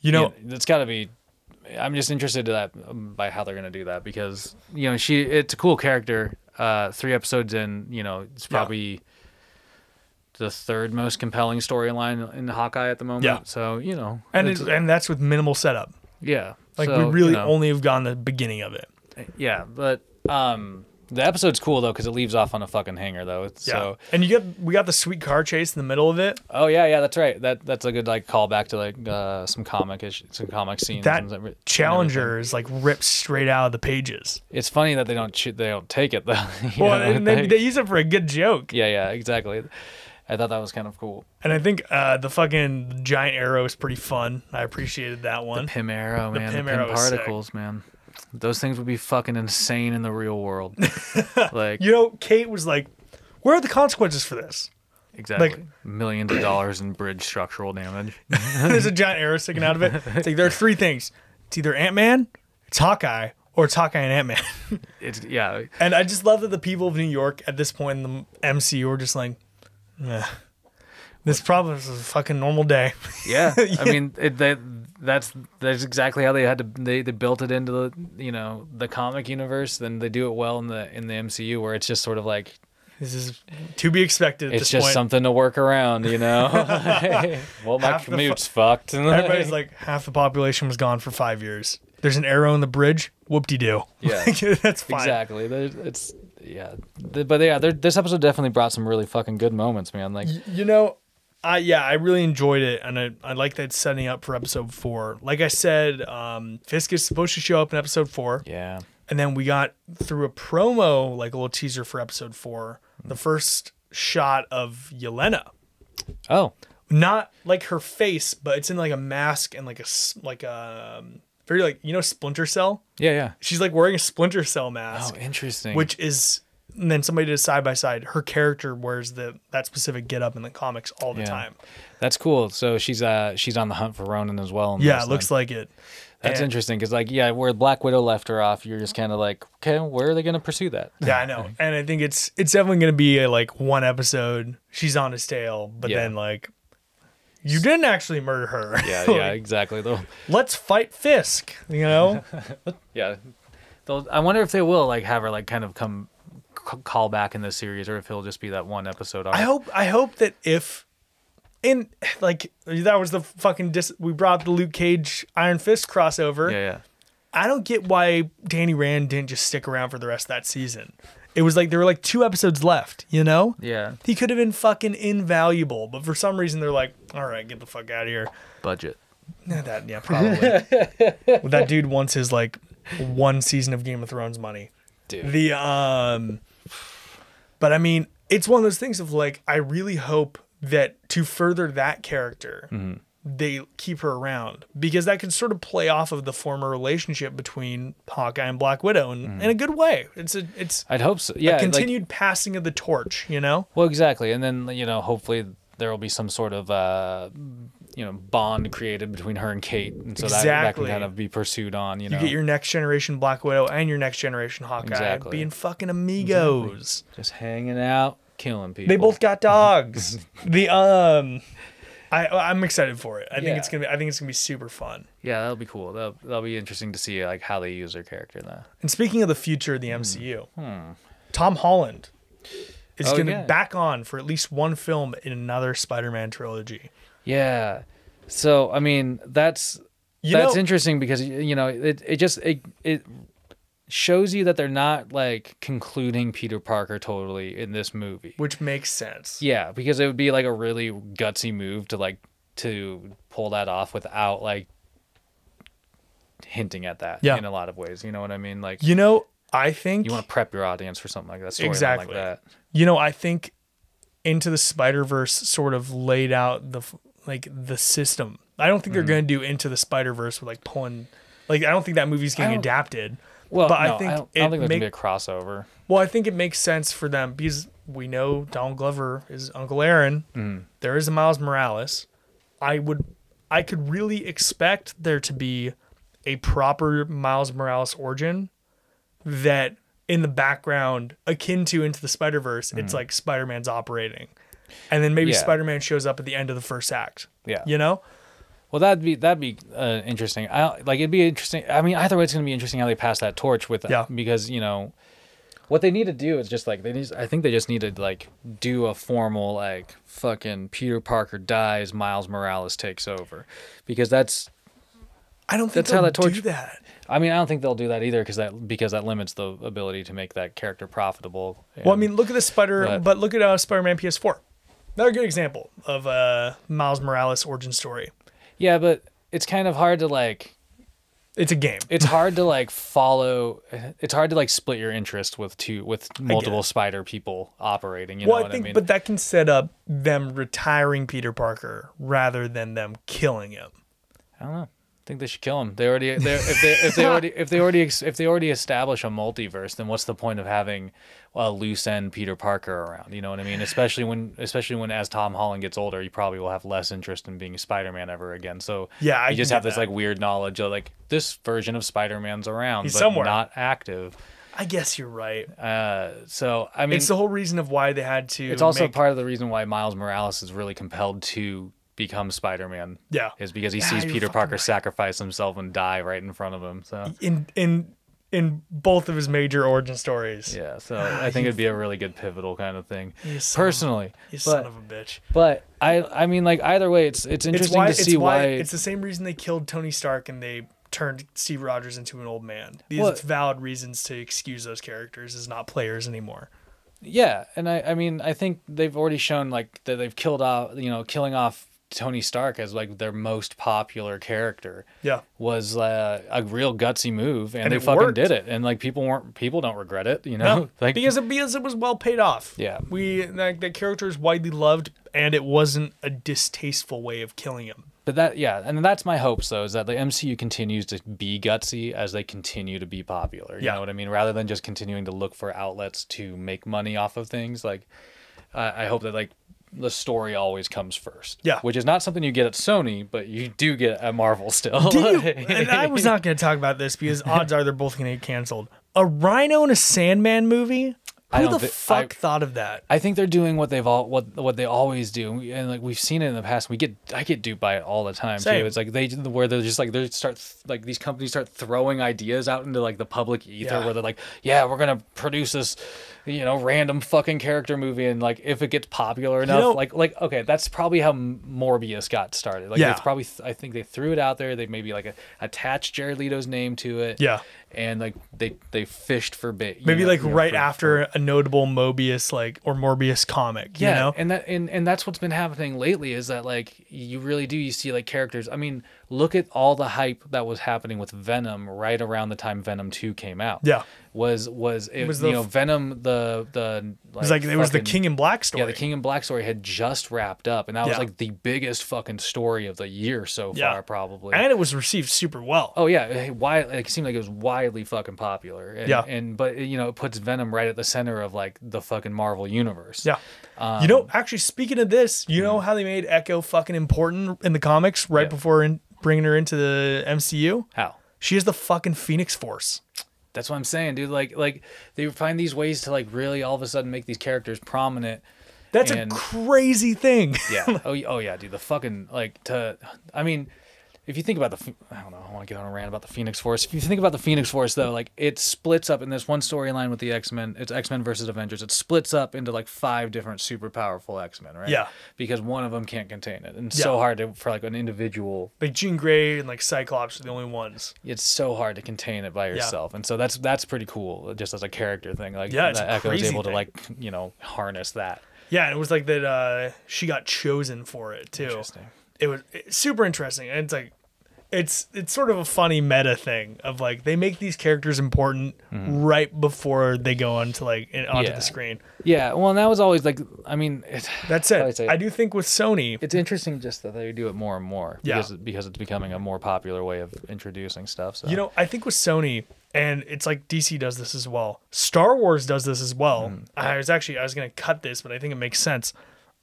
S2: You know,
S3: yeah, it's got to be. I'm just interested to that um, by how they're gonna do that because you know she it's a cool character. Uh, three episodes in, you know, it's probably the third most compelling storyline in Hawkeye at the moment.
S2: Yeah.
S3: So you know,
S2: and
S3: it's-
S2: it, and that's with minimal setup.
S3: yeah,
S2: Like
S3: So,
S2: we really
S3: you know,
S2: only have gone the beginning of it.
S3: yeah, but um, the episode's cool though because it leaves off on a fucking hanger though. It's,
S2: Yeah.
S3: So
S2: and you get we got the sweet car chase in the middle of it.
S3: oh yeah, yeah, that's right. That that's a good like callback to like uh, some comic ish- some comic scenes.
S2: That
S3: and every- and everything.
S2: Challenger is like ripped straight out of the pages.
S3: It's funny that they don't shoot, they don't take it though. You
S2: Well,
S3: know,
S2: and they,
S3: like-
S2: they use it for a good joke.
S3: Yeah, yeah, exactly. I thought that was kind of cool.
S2: And I think uh, the fucking giant arrow is pretty fun. I appreciated that one.
S3: Pim arrow, man. The
S2: Pym
S3: Pym
S2: arrow is sick.
S3: particles, man. Those things would be fucking insane in the real world. like
S2: You know, Kate was like, "Where are the consequences for this?"
S3: exactly
S2: like-
S3: millions of dollars in bridge structural damage.
S2: There's a giant arrow sticking out of it. It's like there are three things: it's either Ant Man, it's Hawkeye, or it's Hawkeye and Ant Man.
S3: It's yeah,
S2: And I just love that the people of New York at this point in the MCU are just like, "Eh, This probably was a fucking normal day.
S3: Yeah, I mean, it, that that's that's exactly how they had to they, they built it into the you know the comic universe. Then they do it well in the in the MCU where it's just sort of like
S2: This is to be expected at
S3: it's
S2: this
S3: just
S2: point.
S3: something to work around, you know. well, my
S2: Half the fu-
S3: commute's fucked.
S2: Everybody's like, half the population was gone for five years. There's an arrow in the bridge. Whoop de doo.
S3: Yeah.
S2: that's fine.
S3: exactly. There's- It's yeah, Th- but yeah, there- this episode definitely brought some really fucking good moments, man. Like
S2: You know, I yeah, I really enjoyed it, and I, I like that setting up for episode four. Like I said, um, Fisk is supposed to show up in episode four,
S3: yeah,
S2: and then we got through a promo, like a little teaser for episode four, the first shot of Yelena.
S3: oh
S2: Not like her face, but it's in like a mask and like a s- like a um, very like you know Splinter Cell.
S3: yeah yeah.
S2: She's like wearing a Splinter Cell
S3: Oh,
S2: mask,
S3: interesting.
S2: which is and then somebody did a side by side. Her character wears the that specific get up in the comics all the
S3: Yeah.
S2: time.
S3: that's cool. So she's uh she's on the hunt for Ronan as well. in
S2: Yeah,
S3: this
S2: it looks
S3: then.
S2: like it.
S3: that's
S2: and-
S3: interesting because like yeah, where Black Widow left her off, you're just kind of like, okay, where are they gonna pursue that?
S2: Yeah, I know. And I think it's it's definitely gonna be a, like one episode. She's on his tail, but
S3: Yeah.
S2: then like you didn't actually murder her.
S3: Yeah,
S2: Like,
S3: yeah, exactly. Though,
S2: Let's fight Fisk. You know,
S3: yeah, They'll, I wonder if they will like have her like kind of come c- call back in this series, or if it'll just be that one episode.
S2: I hope I hope that if in like that was the fucking dis- we brought up the Luke Cage Iron Fist crossover.
S3: Yeah, yeah.
S2: I don't get why Danny Rand didn't just stick around for the rest of that season. It was like there were like two episodes left, you know?
S3: Yeah.
S2: He could have been fucking invaluable, but for some reason they're like, all right, get the fuck out of here.
S3: Budget.
S2: Yeah, Eh, that, yeah, probably. Well, that dude wants his like one season of Game of Thrones money.
S3: Dude.
S2: The um but I mean, it's one of those things of like I really hope that to further that character,
S3: Mm-hmm.
S2: they keep her around because that could sort of play off of the former relationship between Hawkeye and Black Widow in, in a good way. It's a it's
S3: I'd hope so. Mm-hmm. Yeah.
S2: a
S3: like-
S2: continued passing of the torch, you know?
S3: well, exactly. And then you know, hopefully there will be some sort of uh, you know bond created between her and Kate, and so that, that can
S2: Exactly.
S3: kind of be pursued on. You,
S2: You
S3: know.
S2: get your next generation Black Widow and your next generation Hawkeye
S3: Exactly.
S2: being fucking amigos.
S3: just hanging out, killing people.
S2: They both got dogs. the um, I I'm excited for it. I think it's
S3: Yeah.
S2: gonna be I think it's gonna be super fun.
S3: Yeah, that'll be cool. That'll, that'll be interesting to see like how they use their character though.
S2: And speaking of the future of
S3: Hmm.
S2: the MCU, Tom Holland is
S3: Oh,
S2: gonna
S3: yeah.
S2: back on for at least one film in another Spider-Man trilogy.
S3: Yeah. So I mean, that's
S2: You
S3: that's
S2: know-
S3: interesting because y- you know it it just it it shows you that they're not like concluding Peter Parker totally in this movie.
S2: Which makes sense.
S3: Yeah, because it would be like a really gutsy move to like to pull that off without like hinting at that
S2: Yeah.
S3: in a lot of ways. You know what I mean? Like
S2: You know, I think
S3: you want to prep your audience for something like that. storyline
S2: Exactly.
S3: Like that.
S2: you know, I think Into the Spider Verse sort of laid out the f- like the system. I don't
S3: Hmm.
S2: think they're going to do Into the Spider Verse with like pulling, like I don't think that movie's getting
S3: don't-
S2: adapted.
S3: Well,
S2: but
S3: no,
S2: I think
S3: I
S2: it
S3: don't, I don't think there's
S2: make-
S3: gonna be a crossover.
S2: well, I think it makes sense for them because we know Donald Glover is Uncle Aaron.
S3: Mm.
S2: There is a Miles Morales. I would, I could really expect there to be a proper Miles Morales origin that in the background, akin to Into the Spider Verse, it's like Spider Man's operating, and then maybe
S3: Mm. Yeah.
S2: Spider Man shows up at the end of the first act.
S3: Yeah.
S2: you know,
S3: Well, that'd be that'd be uh, interesting. I like it'd be interesting. I mean, either way, it's gonna be interesting how they pass that torch with
S2: Yeah.
S3: because you know what they need to do is just like they need. I think they just need to like do a formal like fucking Peter Parker dies, Miles Morales takes over, because that's.
S2: I don't think
S3: That's how
S2: they'll
S3: that torch-
S2: do that.
S3: I mean, I don't think they'll do that either because that because that limits the ability to make that character profitable.
S2: Well, I
S3: and-
S2: mean, look at the Spider,
S3: But-
S2: but, look at uh, Spider-Man PS4. Another good example of uh, Miles Morales origin story.
S3: yeah, but it's kind of hard to like.
S2: It's a game.
S3: It's hard to like follow. It's hard to like split your interest with two with multiple
S2: it.
S3: spider people operating. You
S2: well,
S3: know
S2: I
S3: what
S2: think,
S3: I mean?
S2: but that can set up them retiring Peter Parker rather than them killing him.
S3: I don't know. I think they should kill him. They already they're- if they if they already if they already ex- if they already establish a multiverse, then what's the point of having a loose end Peter Parker around? You know what I mean? Especially when especially when as Tom Holland gets older, you probably will have less interest in being Spider Man ever again. So
S2: Yeah, I
S3: you just
S2: can
S3: have
S2: get
S3: this
S2: that.
S3: like weird knowledge of like this version of Spider Man's around,
S2: He's
S3: but
S2: somewhere.
S3: not active.
S2: I guess you're right.
S3: Uh, so I mean,
S2: it's the whole reason of why they had to.
S3: it's also
S2: make-
S3: part of the reason why Miles Morales is really compelled to become Spider-Man.
S2: Yeah.
S3: is because he
S2: Yeah,
S3: sees
S2: you're
S3: Peter
S2: fucking
S3: Parker
S2: right.
S3: sacrifice himself and die right in front of him. So
S2: in in in both of his major origin stories.
S3: yeah, so I think it'd be a really good pivotal kind of thing.
S2: You son of a-
S3: Personally,
S2: You
S3: but,
S2: son of a bitch.
S3: but I I mean like either way, it's it's
S2: It's
S3: interesting
S2: why,
S3: to see
S2: it's why,
S3: why
S2: it's the same reason they killed Tony Stark and they turned Steve Rogers into an old man. These
S3: Well-
S2: valid reasons to excuse those characters as not players anymore.
S3: Yeah, and I, I mean I think they've already shown like that they've killed off you know killing off Tony Stark as like their most popular character.
S2: Yeah.
S3: was uh, a real gutsy move, and,
S2: And
S3: they
S2: it
S3: fucking
S2: worked.
S3: did it. And like people weren't people don't regret it,
S2: Oh,
S3: you know. like
S2: because it because it was well paid off.
S3: Yeah.
S2: we like the character is widely loved, and it wasn't a distasteful way of killing him.
S3: but that yeah, and that's my hopes though is that the MCU continues to be gutsy as they continue to be popular. You
S2: Yeah.
S3: know what I mean? Rather than just continuing to look for outlets to make money off of things, like I, I hope that like the story always comes first.
S2: Yeah.
S3: which is not something you get at Sony, but you do get at Marvel still.
S2: and I was not going to talk about this because odds are they're both going to get canceled. A Rhino and a Sandman movie.
S3: I
S2: Who
S3: don't
S2: the
S3: thi-
S2: fuck
S3: I-
S2: thought of that?
S3: I think they're doing what they've all what what they always do, and like we've seen it in the past. We get I get duped by it all the time
S2: Same.
S3: too. It's like they where they're just like they start th- like these companies start throwing ideas out into like the public ether
S2: Yeah.
S3: where they're like, yeah, we're gonna produce this, you know, random fucking character movie, and like if it gets popular enough,
S2: know-
S3: like like okay, that's probably how M- Morbius got started. Like
S2: Yeah.
S3: it's probably th- I think they threw it out there. They maybe like a, attached Jared Leto's name to it.
S2: Yeah.
S3: and like they they fished for bait. you
S2: Maybe
S3: know-
S2: like
S3: you know,
S2: right
S3: for-
S2: after
S3: for-
S2: a notable Mobius like or Morbius comic.
S3: yeah,
S2: you know?
S3: and that and, and that's what's been happening lately is that like you really do you see like characters. I mean, look at all the hype that was happening with Venom right around the time Venom Two came out.
S2: Yeah.
S3: was was it
S2: was
S3: was
S2: the
S3: you know
S2: f-
S3: Venom the the like,
S2: It was like it was the King in Black story.
S3: yeah the King and Black story had just wrapped up and that
S2: Yeah.
S3: was like the biggest fucking story of the year so
S2: Yeah.
S3: far probably
S2: and it was received super well.
S3: Oh yeah, hey, why? Like, it seemed like it was widely fucking popular. And,
S2: Yeah.
S3: and but you know it puts Venom right at the center of like the fucking Marvel universe.
S2: Yeah.
S3: um,
S2: you know, actually, speaking of this, you know how they made Echo fucking important in the comics right
S3: Hmm. Yeah.
S2: before in, bringing her into the MCU?
S3: how?
S2: She is the fucking Phoenix Force.
S3: That's what I'm saying, dude. Like, like they find these ways to like really all of a sudden make these characters prominent.
S2: That's
S3: And-
S2: a crazy thing.
S3: Yeah. oh, y- oh yeah, dude. The fucking like to. I mean, if you think about the, Ph- I don't know. I want to get on a rant about the Phoenix Force. If you think about the Phoenix Force, though, like it splits up in this one storyline with the X Men. It's X Men versus Avengers. It splits up into like five different super powerful X Men, right?
S2: Yeah.
S3: Because one of them can't contain it, and it's so
S2: Yeah.
S3: hard to, for like an individual
S2: Like Jean Grey and like Cyclops are the only ones.
S3: it's so hard to contain it by yourself and so that's that's pretty cool uh, just as a character thing like
S2: Yeah, it's
S3: that
S2: a
S3: echo is
S2: crazy
S3: able
S2: thing.
S3: to like you know harness that
S2: Yeah, and it was like that. Uh, she got chosen for it too.
S3: Interesting.
S2: It was it's super interesting, and it's like, it's it's sort of a funny meta thing of like they make these characters important right before they go onto like in- onto
S3: Mm-hmm. Yeah.
S2: the screen.
S3: yeah well and that was always like i mean it's
S2: That's
S3: I would
S2: it.
S3: say-
S2: I do think with Sony,
S3: it's interesting just that they do it more and more
S2: Yeah.
S3: because, because it's becoming a more popular way of introducing stuff so
S2: You know, I think with Sony, and it's like DC does this as well. Star Wars does this as well.
S3: Hmm.
S2: I was actually I was gonna cut this, but I think it makes sense.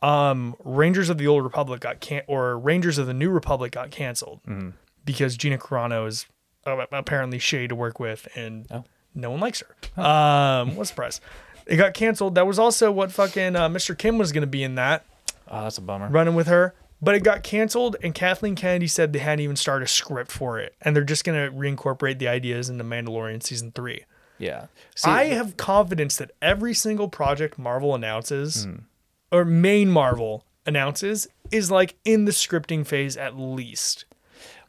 S2: Um, Rangers of the Old Republic got can or Rangers of the New Republic got canceled
S3: Hmm.
S2: because Gina Carano is uh, apparently shady to work with, and
S3: Oh.
S2: no one likes her. Um, what's the price? It got canceled. That was also what fucking uh, Mr. Kim was gonna be in that
S3: oh that's a bummer
S2: running with her. But it got canceled, and Kathleen Kennedy said they hadn't even started a script for it, and they're just gonna reincorporate the ideas into Mandalorian season three.
S3: yeah See,
S2: I have confidence that every single project Marvel announces,
S3: Hmm.
S2: or main Marvel announces, is like in the scripting phase at least.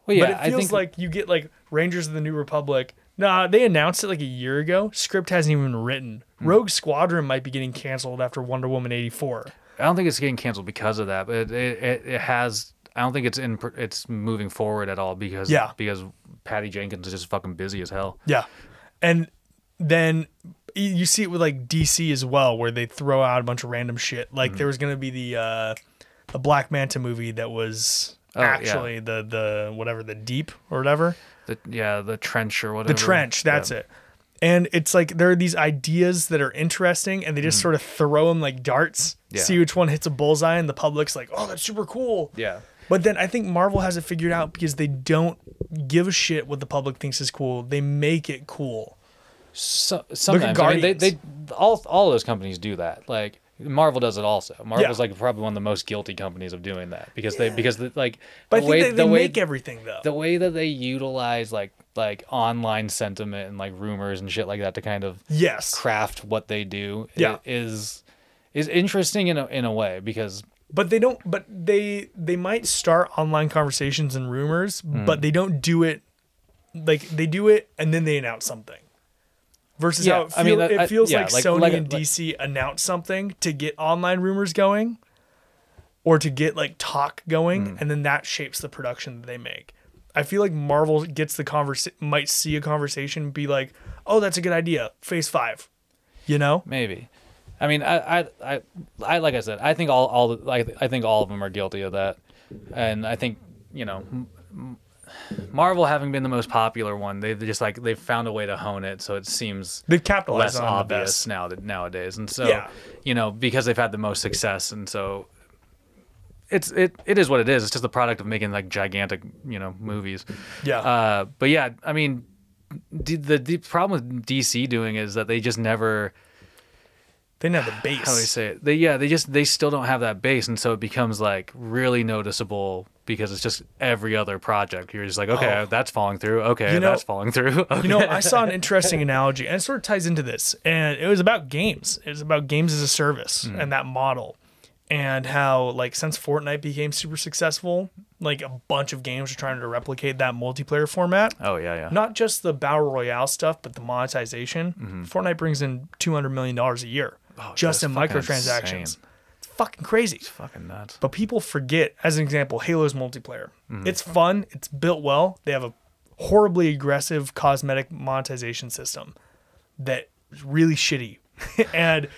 S3: well, yeah,
S2: but it feels
S3: I think,
S2: like you get like Rangers of the New Republic. Nah, they announced it like a year ago. Script hasn't even been written.
S3: Hmm.
S2: Rogue Squadron might be getting canceled after Wonder Woman eighty four.
S3: I don't think it's getting canceled because of that, but it it, it, it has. I don't think it's in. pr- It's moving forward at all because
S2: Yeah.
S3: because Patty Jenkins is just fucking busy as hell.
S2: Yeah. And then y- you see it with like DC as well, where they throw out a bunch of random shit.
S3: Hmm.
S2: Like there was gonna be the uh the Black Manta movie that was
S3: Oh, yeah.
S2: actually the the whatever the deep or whatever.
S3: The yeah, the trench or whatever.
S2: The trench, that's it. And it's like there are these ideas that are interesting and they just sort of throw them like darts,
S3: Hmm. Yeah.
S2: see which one hits a bullseye, and the public's like, oh, that's super cool.
S3: Yeah.
S2: But then I think Marvel has it figured out because they don't give a shit what the public thinks is cool. They make it cool.
S3: So, sometimes I mean, they, they all all those companies do that. Like Marvel does it also. Marvel's like probably one of the most guilty companies of doing that because they because the, like
S2: But I
S3: the
S2: think
S3: way
S2: they, they
S3: the way
S2: make everything though.
S3: the way that they utilize like like online sentiment and like rumors and shit like that to kind of
S2: yes.
S3: craft what they do i-
S2: Yeah.
S3: is is interesting in a in a way because
S2: but they don't but they they might start online conversations and rumors
S3: Hmm.
S2: but they don't do it like they do it and then they announce something versus
S3: Yeah,
S2: how it, feel,
S3: I mean, that- I-
S2: it feels
S3: yeah,
S2: like,
S3: like-
S2: sony
S3: like-
S2: and
S3: like-
S2: dc announce something to get online rumors going or to get like talk going
S3: Hmm.
S2: and then that shapes the production that they make i feel like marvel gets the conversation might see a conversation be like oh that's a good idea phase five you know
S3: maybe i mean i i i, I like i said i think all all the- like i think all of them are guilty of that and i think you know m- m- marvel having been the most popular one they've just like they've found a way to hone it so it seems
S2: they've capitalized
S3: less
S2: on the best
S3: obvious now that nowadays and so
S2: Yeah.
S3: you know because they've had the most success and so it's it it is what it is it's just the product of making like gigantic you know movies
S2: yeah
S3: uh, but yeah, I mean, d- the, the problem with DC doing is that they just never
S2: they didn't have the base
S3: how do I say it? They yeah, they just they still don't have that base, and so it becomes like really noticeable because it's just every other project. You're just like, okay, that's falling through. Okay,
S2: Oh. You know-
S3: that's falling through. Okay.
S2: You know, I saw an interesting analogy, and it sort of ties into this. And it was about games. It was about games as a service
S3: Hmm.
S2: and that model, and how like since Fortnite became super successful, like a bunch of games are trying to replicate that multiplayer format.
S3: oh yeah, yeah.
S2: Not just the battle royale stuff, but the monetization. Fortnite brings in two hundred million dollars a year just
S3: Mm-hmm. Oh, that's
S2: in
S3: fucking
S2: microtransactions.
S3: insane.
S2: It's fucking crazy.
S3: Fucking nuts.
S2: But people forget, as an example, Halo's multiplayer. It's fun, it's built well. They have a horribly aggressive cosmetic monetization system that is really shitty. and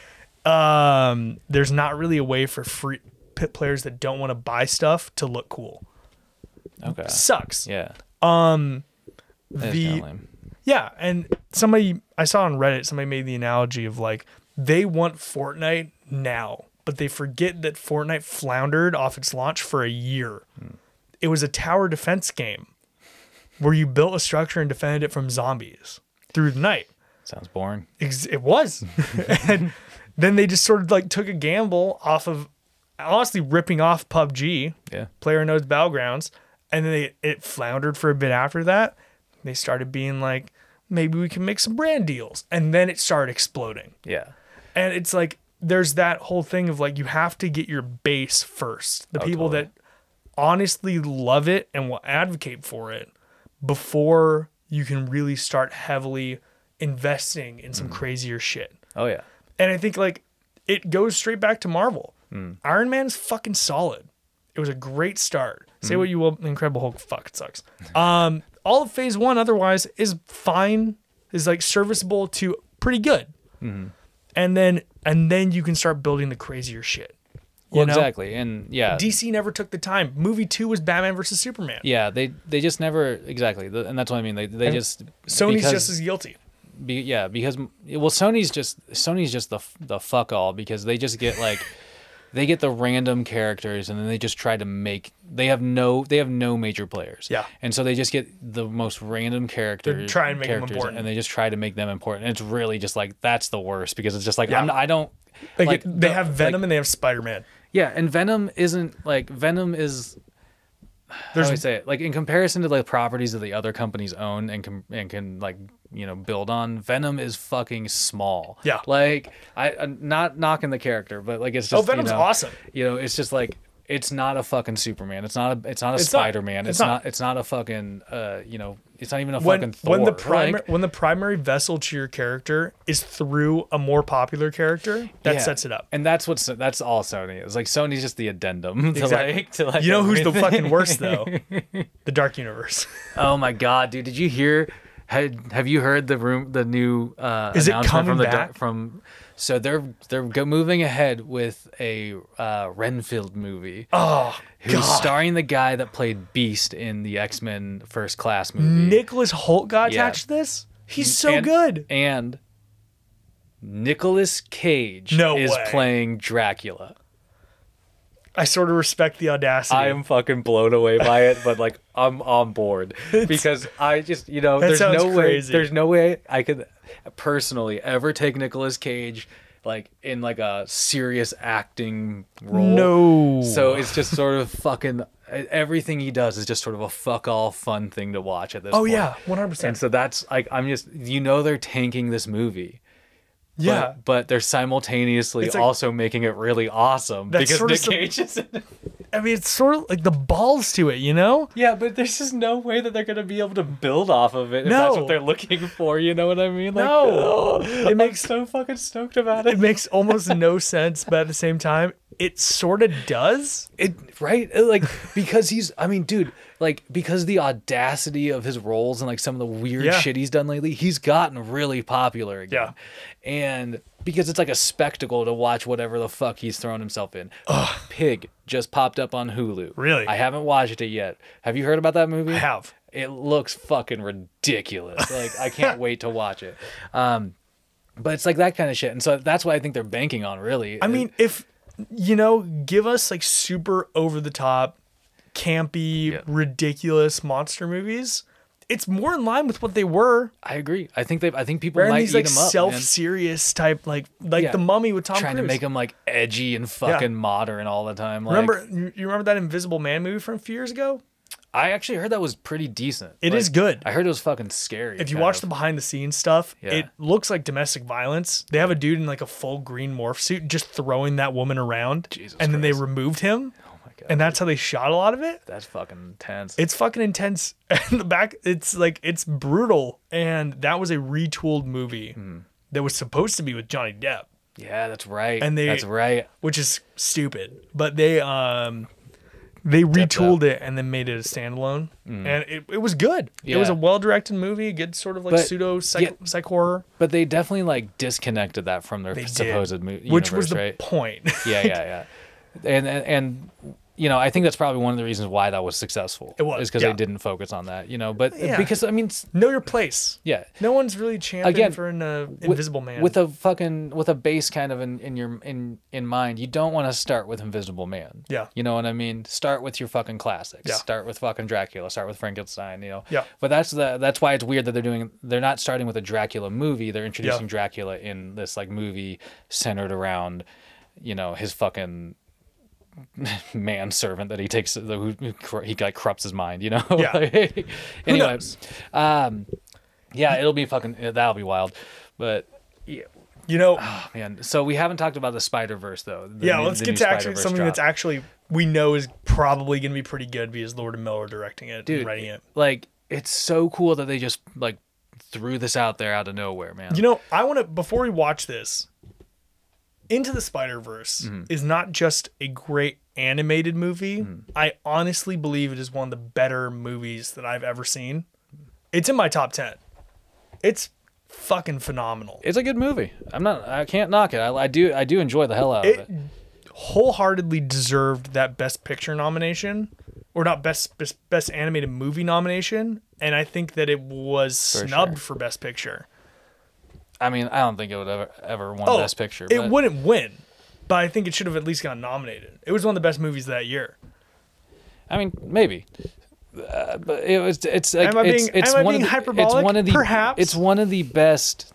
S2: um, there's not really a way for free p- players that don't want to buy stuff to look cool.
S3: Okay.
S2: Sucks.
S3: Yeah. That is
S2: the-
S3: kinda lame.
S2: Yeah, and somebody I saw on Reddit, somebody made the analogy of like they want Fortnite now, but they forget that Fortnite floundered off its launch for a year. It was a tower defense game where you built a structure and defended it from zombies through the night.
S3: sounds boring.
S2: Ex- It was. and then they just sort of like took a gamble off of honestly ripping off PUBG,
S3: Yeah.
S2: Player Knows Battlegrounds, and then they, it floundered for a bit after that. They started being like, maybe we can make some brand deals. And then it started exploding.
S3: Yeah.
S2: And it's like, there's that whole thing of like, you have to get your base first. The people
S3: totally.
S2: that honestly love it and will advocate for it before you can really start heavily investing in some crazier shit.
S3: Oh yeah.
S2: And I think like it goes straight back to Marvel.
S3: Hmm.
S2: Iron Man's fucking solid. It was a great start.
S3: Hmm.
S2: Say what you will, Incredible Hulk fuck it sucks. Um, all of Phase One otherwise is fine, is like serviceable to pretty good.
S3: Mm-hmm.
S2: And then and then you can start building the crazier shit. You
S3: Well,
S2: know?
S3: exactly. And yeah.
S2: DC never took the time. Movie two was Batman versus Superman.
S3: yeah, they they just never exactly, The- and that's what I mean. They they just
S2: Sony's
S3: because-
S2: just as guilty.
S3: be, yeah because well sony's just sony's just the f- the fuck all because they just get like they get the random characters and then they just try to make they have no they have no major players
S2: Yeah.
S3: and so they just get the most random characters
S2: try and make 'em
S3: characters,
S2: important.
S3: and they just try to make them important and it's really just like that's the worst because it's just like
S2: Yeah.
S3: I'm, i don't
S2: Like,
S3: like,
S2: it- they
S3: the-
S2: have
S3: like-
S2: Venom and they have Spider Man.
S3: yeah and venom isn't like venom is how
S2: There's-
S3: do I say it? Like in comparison to the properties that the other companies own and can and can like you know build on, Venom is fucking small.
S2: Yeah.
S3: Like I I'm not knocking the character, but like it's
S2: Oh,
S3: just
S2: Venom's
S3: you know,
S2: awesome.
S3: You know, it's just like it's not a fucking Superman. It's not a it's not a
S2: It's not-
S3: Spider Man.
S2: it's
S3: It's,
S2: not.
S3: not, it's not a fucking uh you know it's not even a fucking
S2: when,
S3: Thor.
S2: when the
S3: Like,
S2: primary when the primary vessel to your character is through a more popular character, that
S3: yeah.
S2: sets it up.
S3: and that's what's that's all Sony is. Like Sony's just the addendum to
S2: Exactly.
S3: like to like
S2: you know who's the
S3: everything.
S2: fucking worst though? The Dark Universe.
S3: Oh my god, dude! Did you hear? Had, have you heard the room? The new uh,
S2: Is it
S3: announcement
S2: coming
S3: from the
S2: back?
S3: from? So they're they're go- moving ahead with a uh, Renfield movie. Oh, who's starring the guy that played Beast in the X Men First Class movie?
S2: Nicholas Holt got
S3: Yeah.
S2: attached to this. He's so
S3: And-
S2: good.
S3: And Nicolas Cage
S2: No
S3: is
S2: way.
S3: playing Dracula.
S2: I sort of respect the audacity.
S3: I am fucking blown away by it, but like I'm on board because I just you know
S2: That
S3: there's
S2: sounds
S3: no
S2: crazy.
S3: way there's no way I could personally ever take Nicolas Cage like in like a serious acting role.
S2: No.
S3: So it's just sort of fucking everything he does is just sort of a fuck all fun thing to watch at this
S2: Oh
S3: point.
S2: yeah, one hundred percent.
S3: And so that's like I'm just you know they're tanking this movie. but-
S2: Yeah,
S3: But, they're simultaneously
S2: It's like-
S3: also making it really awesome
S2: That's
S3: because
S2: sort of
S3: Nick
S2: some-
S3: Cage is in it.
S2: I mean it's sort of like the balls to it, you know?
S3: Yeah, but there's just no way that they're gonna be able to build off of it if that's
S2: No.
S3: what they're looking for. You know what I mean? Like,
S2: No.
S3: it makes so fucking stoked about
S2: It
S3: it.
S2: makes almost no sense, but at the same time, it sort of does.
S3: It right Uh, like because he's. I mean, dude, like because the audacity of his roles and like some of the weird
S2: Yeah.
S3: shit he's done lately, he's gotten really popular again. Yeah, and because it's like a spectacle to watch whatever the fuck he's thrown himself in. Pig just popped up on Hulu.
S2: Really?
S3: I haven't watched it yet. Have you heard about that movie?
S2: I have.
S3: it looks fucking ridiculous. Like I can't wait to watch it. Um, but it's like that kind of shit, and so that's what I think they're banking on. Really,
S2: I mean, if you know, give us like super over the top, campy, ridiculous monster movies. It's more in line with what they were.
S3: I agree. I think they. I think people
S2: Rather than
S3: might
S2: these
S3: eat
S2: like
S3: them up.
S2: self
S3: man.
S2: serious type like like
S3: Yeah.
S2: the mummy with Tom
S3: trying
S2: Cruise.
S3: to make them like edgy and fucking modern all the time. Like,
S2: remember you you remember that Invisible Man movie from a few years ago?
S3: I actually heard that was pretty decent.
S2: It
S3: It is
S2: is good.
S3: I heard it was fucking scary.
S2: If you
S3: kind
S2: watch
S3: of.
S2: the behind the scenes stuff,
S3: Yeah.
S2: it looks like domestic violence. They have a dude in like a full green morph suit just throwing that woman around,
S3: Jesus
S2: and then they
S3: Christ.
S2: removed him,
S3: oh my god,
S2: and that's how they shot a lot of it.
S3: that's fucking intense.
S2: It's fucking intense. And the back, it's like it's brutal. And that was a retooled movie
S3: Hmm.
S2: that was supposed to be with Johnny Depp,
S3: yeah, that's right.
S2: And they-
S3: that's right.
S2: which is stupid. But they um they retooled it and then made it a standalone, and it, it was good. It was
S3: Hmm. Yeah.
S2: a well directed movie, a good sort of like
S3: But-
S2: pseudo psych,
S3: yeah.
S2: psych horror,
S3: But they definitely like disconnected that from their
S2: did.
S3: supposed movie,
S2: which was the
S3: right?
S2: point.
S3: yeah, yeah, yeah. And, and and you know, I think that's probably one of the reasons why that was successful.
S2: It was,
S3: is because
S2: yeah.
S3: they didn't focus on that. You know, but
S2: Yeah.
S3: because I mean, s-
S2: know your place.
S3: yeah.
S2: No one's really championing
S3: Again,
S2: for an uh,
S3: With-
S2: Invisible Man.
S3: with a fucking with a base kind of in, in your in in mind you don't want to start with invisible man
S2: Yeah.
S3: you know what i mean start with your fucking classics
S2: Yeah.
S3: start with fucking dracula start with frankenstein you know
S2: Yeah.
S3: but that's the that's why it's weird that they're doing they're not starting with a dracula movie they're introducing dracula in this like movie centered around you know his fucking manservant that he takes the, who, who cor- he like corrupts his mind you know
S2: Yeah.
S3: Like, anyway
S2: knows?
S3: um yeah it'll be fucking that'll be wild but oh,
S2: you know,
S3: Man, so we haven't talked about the Spider Verse though. the
S2: yeah.
S3: new-
S2: let's
S3: the
S2: get
S3: new
S2: to actually
S3: Spider-Verse
S2: something that's
S3: drop.
S2: actually we know is probably going to be pretty good because Lord and Miller directing it, and writing it.
S3: Like it's so cool that they just like threw this out there out of nowhere, man.
S2: You know, I want to before we watch this. Into the Spider Verse
S3: Mm-hmm.
S2: is not just a great animated movie.
S3: Mm-hmm.
S2: I honestly believe it is one of the better movies that I've ever seen. It's in my top ten. It's fucking phenomenal.
S3: it's a good movie. I'm not. I can't knock it. I, I do. I do enjoy the hell out
S2: It
S3: of it.
S2: wholeheartedly deserved that Best Picture nomination, or not Best Best, best Animated Movie nomination, and I think that it was snubbed for Best Picture.
S3: I mean, I don't think it would ever ever won Best Picture.
S2: Oh, It
S3: but
S2: wouldn't win, but I think it should have at least gotten nominated. It was one of the best movies that year.
S3: I mean, maybe. Uh, but it was. It's like
S2: Am I
S3: it's,
S2: being-
S3: it's
S2: am I
S3: one
S2: being
S3: of the,
S2: hyperbolic?
S3: It's one of the.
S2: Perhaps.
S3: It's one of the best.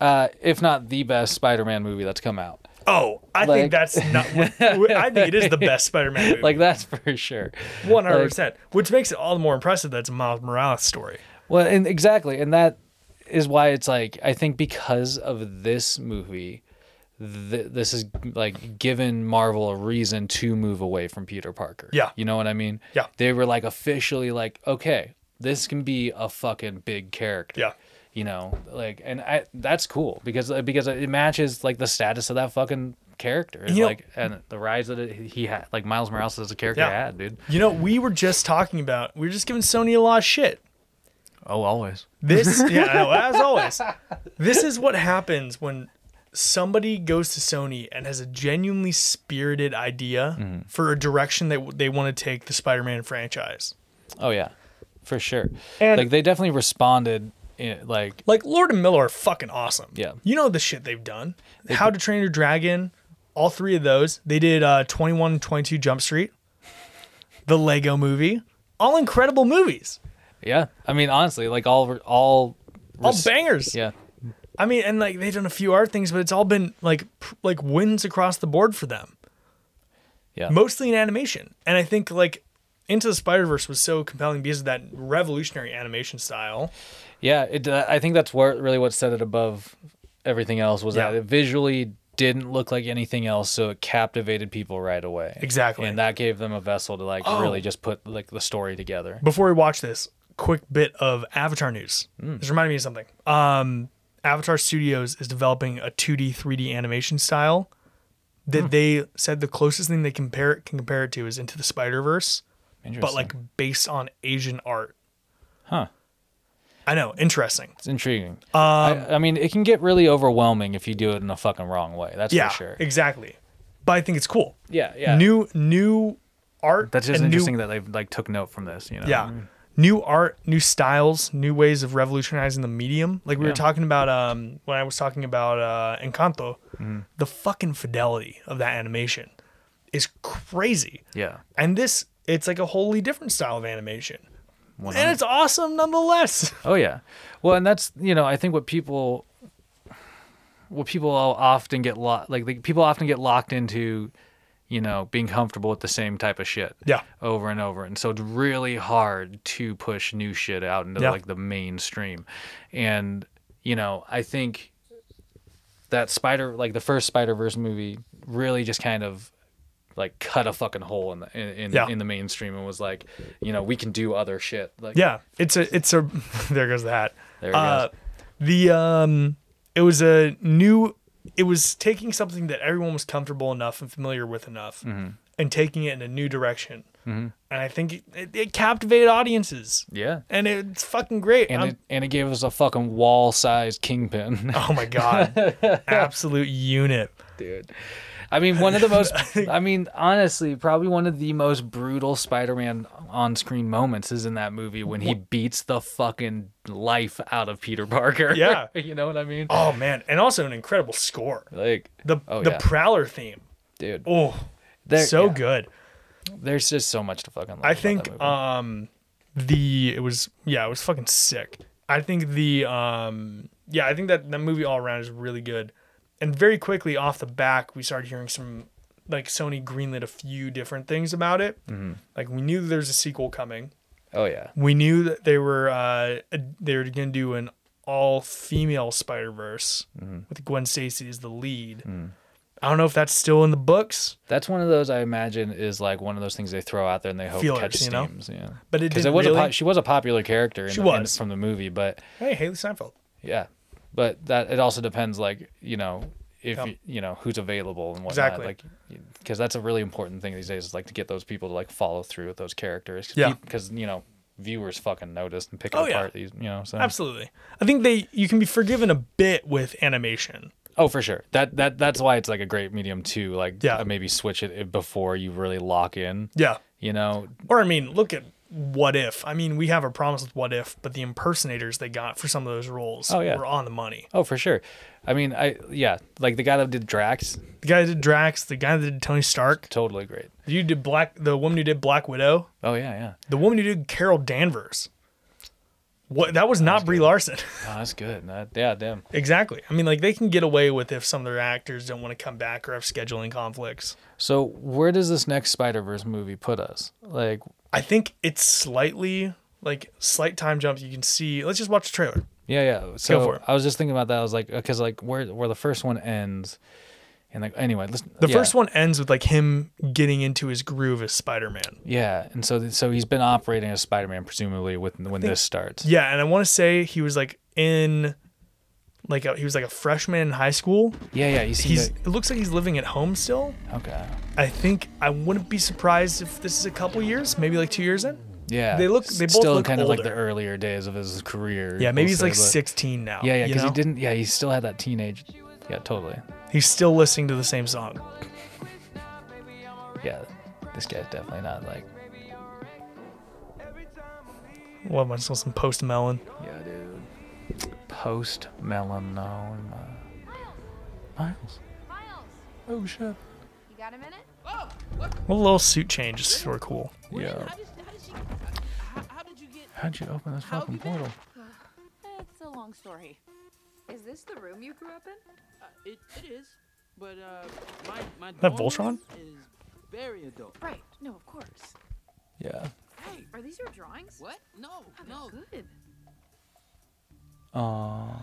S3: Uh, if not the best Spider-Man movie that's come out.
S2: Oh, I think
S3: Like-
S2: that's not. I think it is the best Spider-Man movie,
S3: Like that's for sure.
S2: one hundred percent, which makes it all the more impressive. That's a Miles Morales story.
S3: Well, and exactly, and that is why it's like I think because of this movie, th- this is like given Marvel a reason to move away from Peter Parker.
S2: Yeah.
S3: you know what I mean.
S2: Yeah.
S3: they were like officially like, okay, this can be a fucking big character.
S2: Yeah.
S3: you know, like, and I that's cool because uh, because it matches like the status of that fucking character, and
S2: You know-
S3: like and the rise that it, he had, like Miles Morales as a character
S2: Yeah.
S3: had, dude.
S2: You know, we were just talking about. We were just giving Sony a lot of shit.
S3: Oh, always.
S2: This, yeah, I know, as always, this is what happens when somebody goes to Sony and has a genuinely spirited idea
S3: Mm-hmm.
S2: for a direction that w- they want to take the Spider-Man franchise.
S3: Oh yeah, for sure.
S2: And-
S3: like they definitely responded. In, like
S2: Like Lord and Miller are fucking awesome.
S3: Yeah.
S2: You know the shit they've done. How to Train Your Dragon, all three of those. They did uh 21 and 22 Jump Street, the Lego movie, all incredible movies,
S3: Yeah, I mean, honestly, like all all
S2: all
S3: res-
S2: bangers.
S3: Yeah,
S2: I mean, and like they've done a few art things, but it's all been like pr- like wins across the board for them.
S3: Yeah.
S2: Mostly in animation, and I think like Into the Spider Verse was so compelling because of that revolutionary animation style.
S3: yeah. It, uh, I think that's where really what set it above everything else was
S2: Yeah.
S3: that it visually didn't look like anything else, so it captivated people right away.
S2: Exactly. Oh.
S3: and that gave them a vessel to like really just put like the story together.
S2: Before we watch this, quick bit of Avatar news. This reminded me of something. Um, Avatar Studios is developing a 2D 3D animation style that they said the closest thing they compare it can compare it to is Into the Spider Verse, but
S3: Interesting.
S2: like based on Asian art.
S3: Huh.
S2: I know, interesting.
S3: It's intriguing.
S2: Um,
S3: I, I mean, it can get really overwhelming if you do it in a fucking wrong way. That's
S2: Yeah,
S3: for sure.
S2: exactly. But I think it's cool.
S3: yeah, yeah.
S2: New new art.
S3: That's just
S2: and new-
S3: interesting that um, they've like took note from this. You know.
S2: yeah. New art, new styles, new ways of revolutionizing the medium. Like we were talking about um, when I was talking about uh, Encanto,
S3: Mm-hmm.
S2: the fucking fidelity of that animation is crazy.
S3: Yeah.
S2: And this, it's like a wholly different style of animation. And it's awesome nonetheless.
S3: Oh yeah. Well, and that's you know I think what people what people all often get locked like like, people often get locked into you know being comfortable with the same type of shit
S2: Yeah.
S3: over and over and so it's really hard to push new shit out into
S2: Yeah.
S3: like the mainstream and you know i think that spider like the first spider verse movie really just kind of like cut a fucking hole in the in, in,
S2: Yeah.
S3: in the mainstream and was like you know we can do other shit like
S2: Yeah, it's a it's a there goes the hat.
S3: There it
S2: uh, The um, it was a new. It was taking something that everyone was comfortable enough and familiar with enough,
S3: Mm-hmm.
S2: and taking it in a new direction. And I think it, it, it captivated audiences.
S3: yeah
S2: And it's fucking great.
S3: and
S2: I'm-
S3: it, and it gave us a fucking wall sized kingpin,
S2: oh my god, absolute unit.
S3: dude. I mean, one of the most. I mean, honestly, probably one of the most brutal Spider-Man on-screen moments is in that movie when he beats the fucking life out of Peter Parker.
S2: Yeah.
S3: you know what I mean.
S2: Oh man, and also an incredible score.
S3: Like
S2: The
S3: oh,
S2: the
S3: yeah.
S2: Prowler theme.
S3: dude,
S2: Oh,
S3: There-
S2: so
S3: yeah.
S2: good.
S3: There's just so much to fucking. Love
S2: I
S3: about
S2: think
S3: that movie.
S2: um the it was yeah, it was fucking sick. I think the um yeah, I think that that movie all around is really good. And very quickly off the back, we started hearing some like Sony greenlit a few different things about it.
S3: Mm-hmm.
S2: Like we knew there's a sequel coming.
S3: oh yeah,
S2: We knew that they were uh they were going to do an all female Spider-Verse
S3: Mm-hmm.
S2: with Gwen Stacy as the lead.
S3: Mm.
S2: I don't know if that's still in the books,
S3: that's one of those I imagine is like one of those things they throw out there and they hope
S2: Feelers,
S3: catch
S2: you know?
S3: steams. Yeah,
S2: but it
S3: because
S2: didn't
S3: it was
S2: really.
S3: a po- she was a popular character. In
S2: She
S3: the- in-
S2: was.
S3: from the movie, but
S2: hey, Haley Seinfeld.
S3: Yeah, but that it also depends, like you know, if
S2: Yeah.
S3: you, you know who's available and whatnot,
S2: Exactly.
S3: like because that's a really important thing these days is like to get those people to like follow through with those characters.
S2: Yeah.
S3: because you know viewers fucking notice and pick it
S2: Oh, yeah.
S3: apart. These, you know, so
S2: Absolutely. I think they you can be forgiven a bit with animation.
S3: oh for sure that that that's why it's like a great medium to like
S2: Yeah.
S3: uh, maybe switch it- it before you really lock in.
S2: Yeah.
S3: You know,
S2: Or I mean, look at what if. I mean, we have a promise with what if, but the impersonators they got for some of those roles
S3: Oh, yeah.
S2: were on the money.
S3: oh for sure. I mean, I yeah, like the guy that did Drax,
S2: The guy that did Drax, the guy that did Tony Stark,
S3: totally great.
S2: you did Black the woman who did Black Widow,
S3: Oh yeah, yeah,
S2: the woman who did Carol Danvers. What that was not Brie Larson.
S3: oh, that's good. That, yeah, damn.
S2: exactly. I mean, like they can get away with if some of their actors don't want to come back or have scheduling conflicts.
S3: So where does this next Spider Verse movie put us? Like,
S2: I think it's slightly like slight time jump. You can see. Let's just watch the trailer.
S3: yeah, yeah. So
S2: for it.
S3: I was just thinking about that. I was like, because like where where the first one ends, and like anyway, listen,
S2: The first one ends with like him getting into his groove as Spider-Man.
S3: yeah. And so th- so he's been operating as Spider Man presumably with when this starts.
S2: Yeah, and I want to say he was like in like a, he was like a freshman in high school.
S3: yeah, yeah. You see,
S2: He's it looks like he's living at home still.
S3: the- okay,
S2: I think I wouldn't be surprised if this is a couple years, maybe like 2 years in.
S3: yeah.
S2: They look- they both
S3: still
S2: look
S3: kind of like the
S2: older.
S3: earlier days of his career.
S2: Yeah, maybe he's
S3: we'll
S2: like
S3: say, but-
S2: 16 now.
S3: Yeah, yeah,
S2: you
S3: because he
S2: know?
S3: didn't. Yeah, he still had that teenage. Yeah, totally.
S2: He's still listening to the same song.
S3: Yeah, this guy's definitely not like.
S2: What am I supposed to post Melon?
S3: Yeah, dude. Post Melon, no, Miles.
S4: Miles,
S3: Oh shit.
S4: you got a minute?
S2: What little suit changes were cool.
S3: Yeah. How'd you open this fucking portal?
S8: It's a long story.
S9: Is this the room you grew up in?
S8: Uh, it, it is, but uh, my my
S2: that
S8: dorm
S2: Voltron?
S8: is very adult.
S9: Right. No, of course.
S3: Yeah.
S8: Hey,
S9: Are these your drawings?
S8: what? No,
S9: Oh, they're
S8: no.
S9: good.
S3: Aww.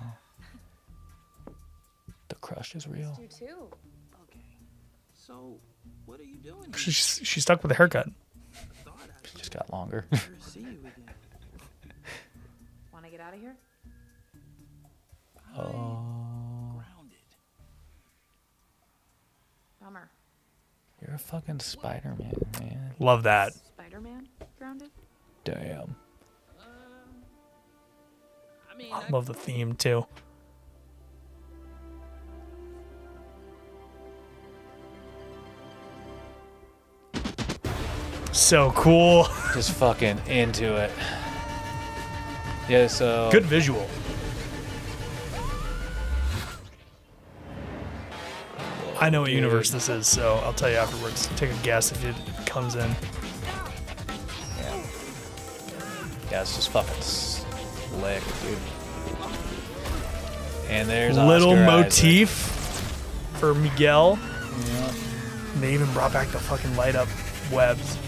S3: The crush is real.
S9: You too.
S8: Okay. So, what are you doing? Here?
S2: She's she's stuck with a haircut.
S8: Thought I'd
S3: Just got longer.
S8: never see you again.
S9: Want to get out of here?
S8: Grounded.
S9: Bummer.
S3: You're a fucking Spider Man, man.
S2: Love that.
S9: Spider-Man grounded.
S3: Damn.
S8: I mean,
S2: I
S8: I,
S2: love the theme too. So cool.
S3: Just fucking into it. Yeah, so
S2: Good visual. I know what universe this is, so I'll tell you afterwards. Take a guess if it comes in.
S3: yeah, it's just fucking slick, dude. And there's
S2: Little
S3: Oscar
S2: motif for Miguel. And they even brought back the fucking light up webs.
S3: Isaac.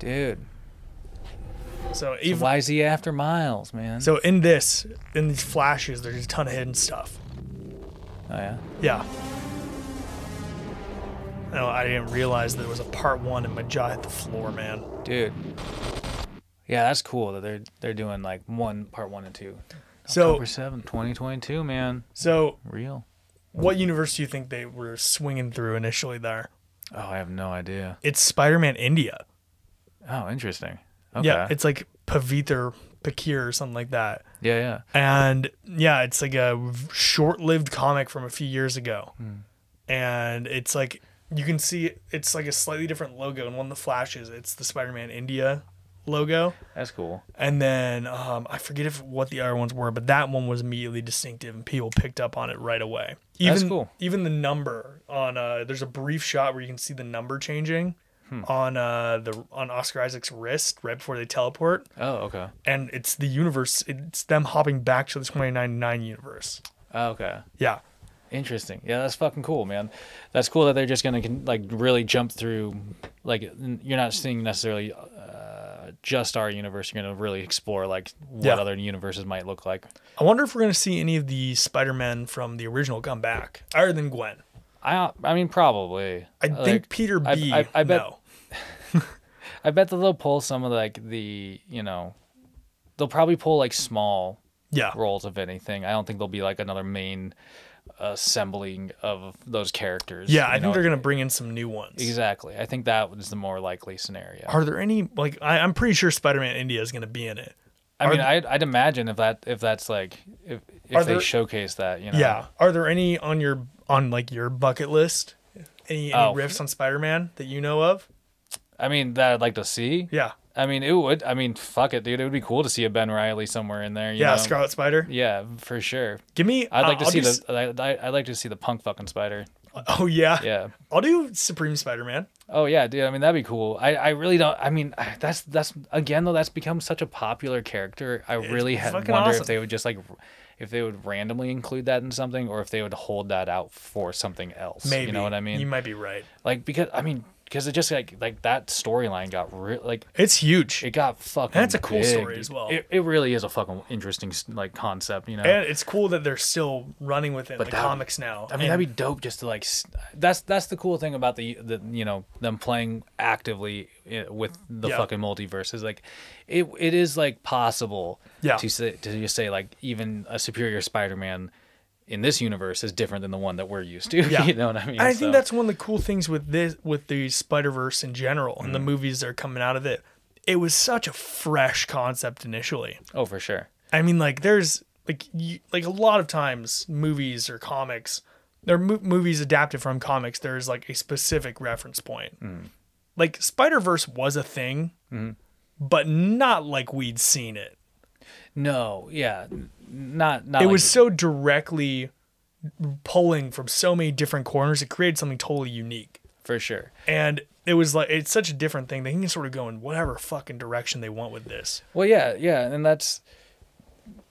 S3: dude.
S2: So
S3: So
S2: even
S3: why is he after Miles, man?
S2: so in this, in these flashes, there's a ton of hidden stuff.
S3: oh yeah,
S2: Yeah. No, I didn't realize there was a part one and my jaw hit the floor, man.
S3: dude. Yeah, that's cool that they're they're doing like one part one and two.
S2: So
S3: October seventh, twenty twenty two, man,
S2: so
S3: real.
S2: what universe do you think they were swinging through initially there?
S3: Oh, I have no idea.
S2: It's Spider-Man India.
S3: Oh, interesting. Okay.
S2: Yeah, it's like Pavither Pakir or something like that.
S3: yeah, yeah.
S2: And yeah, it's like a v- short-lived comic from a few years ago. And it's like you can see it's like a slightly different logo and one of the flashes it's the Spider-Man India logo.
S3: That's cool.
S2: And then um, I forget if what the other ones were, but that one was immediately distinctive, and people picked up on it right away. Even,
S3: That's cool.
S2: Even the number on uh, there's a brief shot where you can see the number changing
S3: Hmm.
S2: on uh, the on Oscar Isaac's wrist right before they teleport,
S3: Oh, okay.
S2: and it's the universe. It's them hopping back to the 2099 universe.
S3: Oh, okay.
S2: Yeah,
S3: Interesting. Yeah, that's fucking cool, man. That's cool that they're just gonna con- like really jump through. Like, n- you're not seeing necessarily uh, just our universe. You're gonna really explore like what
S2: Yeah.
S3: other universes might look like.
S2: I wonder if we're gonna see any of the Spider-Man from the original come back, other than Gwen.
S3: I I mean, probably.
S2: I think
S3: Uh, Like,
S2: Peter
S3: I-
S2: B.
S3: I- I bet-
S2: no.
S3: I bet that they'll pull some of like the you know, they'll probably pull like small
S2: Yeah,
S3: roles of anything. I don't think there'll be like another main assembling of those characters.
S2: yeah.
S3: you
S2: I think
S3: know?
S2: they're gonna bring in some new ones.
S3: Exactly. I think that is the more likely scenario.
S2: Are there any like I, I'm pretty sure Spider-Man India is going to be in it.
S3: I mean, I'd, I'd imagine if that if that's like if
S2: Are
S3: if they
S2: there-
S3: showcase that, you know.
S2: Yeah. Um, Are there any on your on like your bucket list? Any, any
S3: Oh.
S2: riffs on Spider-Man that you know of?
S3: I mean, that I'd like to see.
S2: Yeah.
S3: I mean, it would. I mean, fuck it, dude. It would be cool to see a Ben Riley somewhere in there. You
S2: yeah,
S3: know?
S2: Scarlet Spider.
S3: Yeah, for sure.
S2: Give me.
S3: I'd like
S2: uh,
S3: to
S2: I'll
S3: see
S2: do s-
S3: the. I, I, I'd like to see the punk fucking spider.
S2: Oh yeah.
S3: Yeah.
S2: I'll do Supreme Spider-Man.
S3: Oh yeah, dude. I mean, that'd be cool. I, I really don't. I mean, I- that's that's again though. That's become such a popular character. I really ha-
S2: fucking
S3: wonder
S2: awesome.
S3: if they would just like, r- if they would randomly include that in something, or if they would hold that out for something else.
S2: Maybe.
S3: You know what I mean?
S2: You might be right.
S3: like because I mean because it just like like that storyline got real like
S2: It's huge.
S3: it got fucking.
S2: That's a cool
S3: big,
S2: story
S3: dude.
S2: as well.
S3: It, it really is a fucking interesting like concept, you know.
S2: and it's cool that they're still running with it in the
S3: that-
S2: comics now.
S3: I mean, that'd be dope just to like. s- That's that's the cool thing about the the you know them playing actively i- with the
S2: Yeah.
S3: fucking multiverse is like, it it is like possible.
S2: Yeah.
S3: To say to just say like even a superior Spider-Man in this universe is different than the one that we're used to.
S2: Yeah.
S3: you know what I mean?
S2: And I
S3: So-
S2: think that's one of the cool things with this with the Spider Verse in general and the
S3: Mm.
S2: movies that are coming out of it. It was such a fresh concept initially.
S3: oh for sure.
S2: I mean, like there's like you, like a lot of times movies or comics, they're mo- movies adapted from comics. There's like a specific reference point.
S3: Mm-hmm.
S2: Like Spider Verse was a thing, but not like we'd seen it.
S3: No, yeah, n- not not.
S2: It
S3: like-
S2: was so directly pulling from so many different corners. It created something totally unique.
S3: for sure.
S2: And it was like it's such a different thing. They can sort of go in whatever fucking direction they want with this.
S3: Well, yeah, yeah, and that's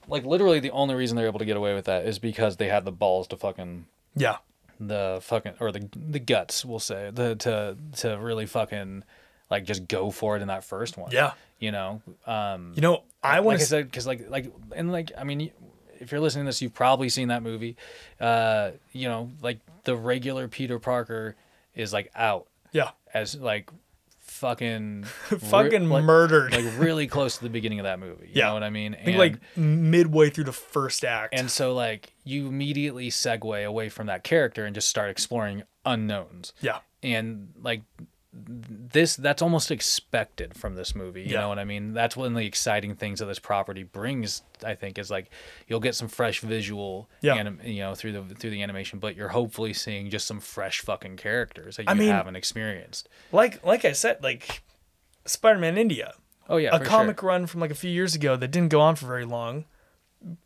S3: like literally the only reason they're able to get away with that is because they had the balls to fucking
S2: Yeah.
S3: the fucking or the the guts, we'll say, the to to really fucking like just go for it in that first one.
S2: Yeah.
S3: you know, um,
S2: You know, I want
S3: like I
S2: to
S3: said because like like and like I mean, you- if you're listening to this, you've probably seen that movie. Uh, you know, like the regular Peter Parker is like out
S2: yeah,
S3: as like fucking
S2: fucking
S3: like-
S2: murdered.
S3: like really close to the beginning of that movie. You
S2: Yeah.
S3: know what I mean?
S2: I think like midway through the first act.
S3: and so like you immediately segue away from that character and just start exploring unknowns.
S2: yeah,
S3: And like this that's almost expected from this movie. You
S2: Yeah.
S3: know what I mean? That's one of the exciting things that this property brings, I think, is like you'll get some fresh visual
S2: Yeah.
S3: anim- you know, through the through the animation, but you're hopefully seeing just some fresh fucking characters that you
S2: I mean-
S3: haven't experienced.
S2: like like I said, like Spider-Man India,
S3: Oh yeah.
S2: a
S3: for sure.
S2: comic run from like a few years ago that didn't go on for very long.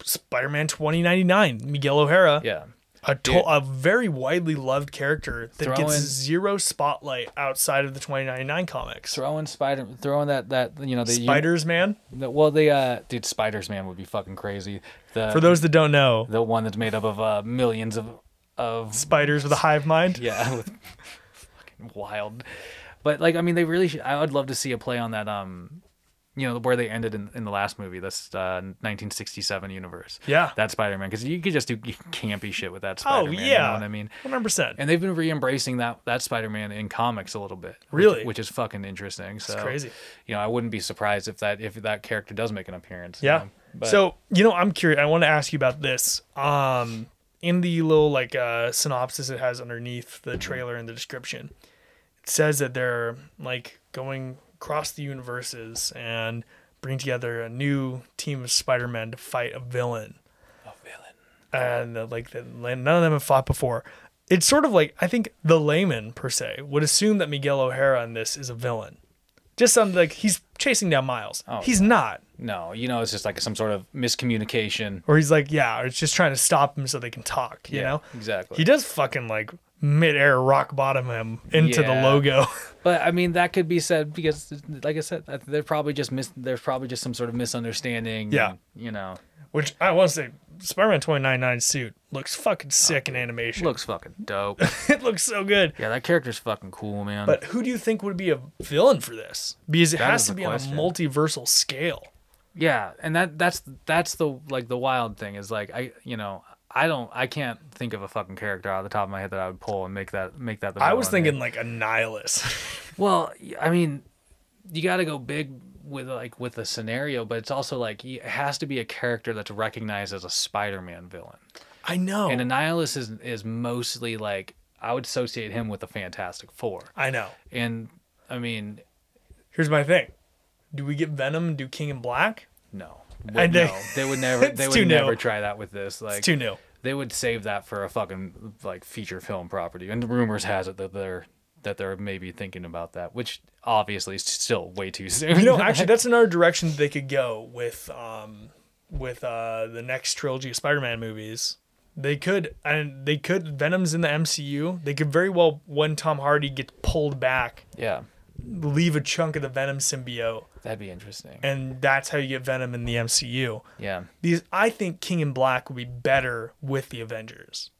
S2: Spider-Man 2099, Miguel O'Hara,
S3: Yeah.
S2: a, to- a very widely loved character that
S3: Throw
S2: gets
S3: in-
S2: zero spotlight outside of the 2099 comics.
S3: Throwing spider throwing that that you know the uni-
S2: Spiders, man.
S3: The, well, the uh, dude, Spider's Man would be fucking crazy. The
S2: For those that don't know,
S3: the one that's made up of uh, millions of of
S2: spiders with a hive mind.
S3: yeah, with fucking wild. But like, I mean, they really. Should, I would love to see a play on that. Um, you know, where they ended in, in the last movie, this uh, 1967 universe.
S2: Yeah. Oh,
S3: that Spider Man, because you could just do campy shit with that Spider Man. you
S2: yeah.
S3: know what I mean.
S2: 100%.
S3: And they've been re-embracing that that Spider-Man in comics a little bit, which-
S2: Really?
S3: which, is fucking interesting. So
S2: crazy.
S3: You know, I wouldn't be surprised if that if that character does make an appearance. you
S2: Yeah.
S3: know, but-
S2: so you know, I'm curious. I want to ask you about this. Um, in the little like uh, synopsis it has underneath the trailer and the description, it says that they're like going across the universes and bring together a new team of Spider-Man to fight a villain. A villain. And uh, like the, none of them have fought before. It's sort of like I think the layman per se would assume that Miguel O'Hara in this is a villain. Just something like he's chasing down Miles. he's not.
S3: no, you know, it's just like some sort of miscommunication.
S2: Or he's like, yeah, or it's just trying to stop him so they can talk, you
S3: Yeah,
S2: know?
S3: exactly.
S2: He does fucking like midair rock bottom him into the
S3: Yeah.
S2: logo.
S3: But I mean, that could be said because, like I said, I- they're probably just mis- there's probably just some sort of misunderstanding.
S2: Yeah.
S3: and, you know,
S2: Which I will say, Spider Man 299 suit looks fucking sick in animation.
S3: looks fucking dope.
S2: it looks so good.
S3: yeah, that character's fucking cool, man.
S2: But who do you think would be a villain for this? Because it
S3: That
S2: has
S3: is
S2: to
S3: the
S2: be
S3: question.
S2: on a multiversal scale.
S3: Yeah, and that that's that's the like the wild thing is like I you know I don't I can't think of a fucking character out of the top of my head that I would pull and make that make that the.
S2: I was
S3: villain.
S2: thinking like a nihilist.
S3: Well, I mean, you got to go big with like with the scenario, but it's also like it has to be a character that's recognized as a Spider-Man villain.
S2: I know.
S3: And Annihilus is is mostly like I would associate him with the Fantastic Four,
S2: I know.
S3: and I mean,
S2: Here's my thing Do we get Venom and do King in Black?
S3: no,
S2: I
S3: would,
S2: know.
S3: no, they would never
S2: It's
S3: they
S2: too
S3: would
S2: new.
S3: never try that with this. Like
S2: It's too new.
S3: they would save that for a fucking like feature film property. And rumors has it that they're that they're maybe thinking about that, which obviously is still way too soon.
S2: You know, actually, that's another direction they could go with um with uh the next trilogy of Spider-Man movies. They could and they could Venom's in the MCU. They could very well when Tom Hardy gets pulled back,
S3: yeah,
S2: leave a chunk of the Venom symbiote,
S3: that'd be interesting.
S2: and that's how you get Venom in the MCU.
S3: Yeah.
S2: These I think King and Black would be better with the Avengers.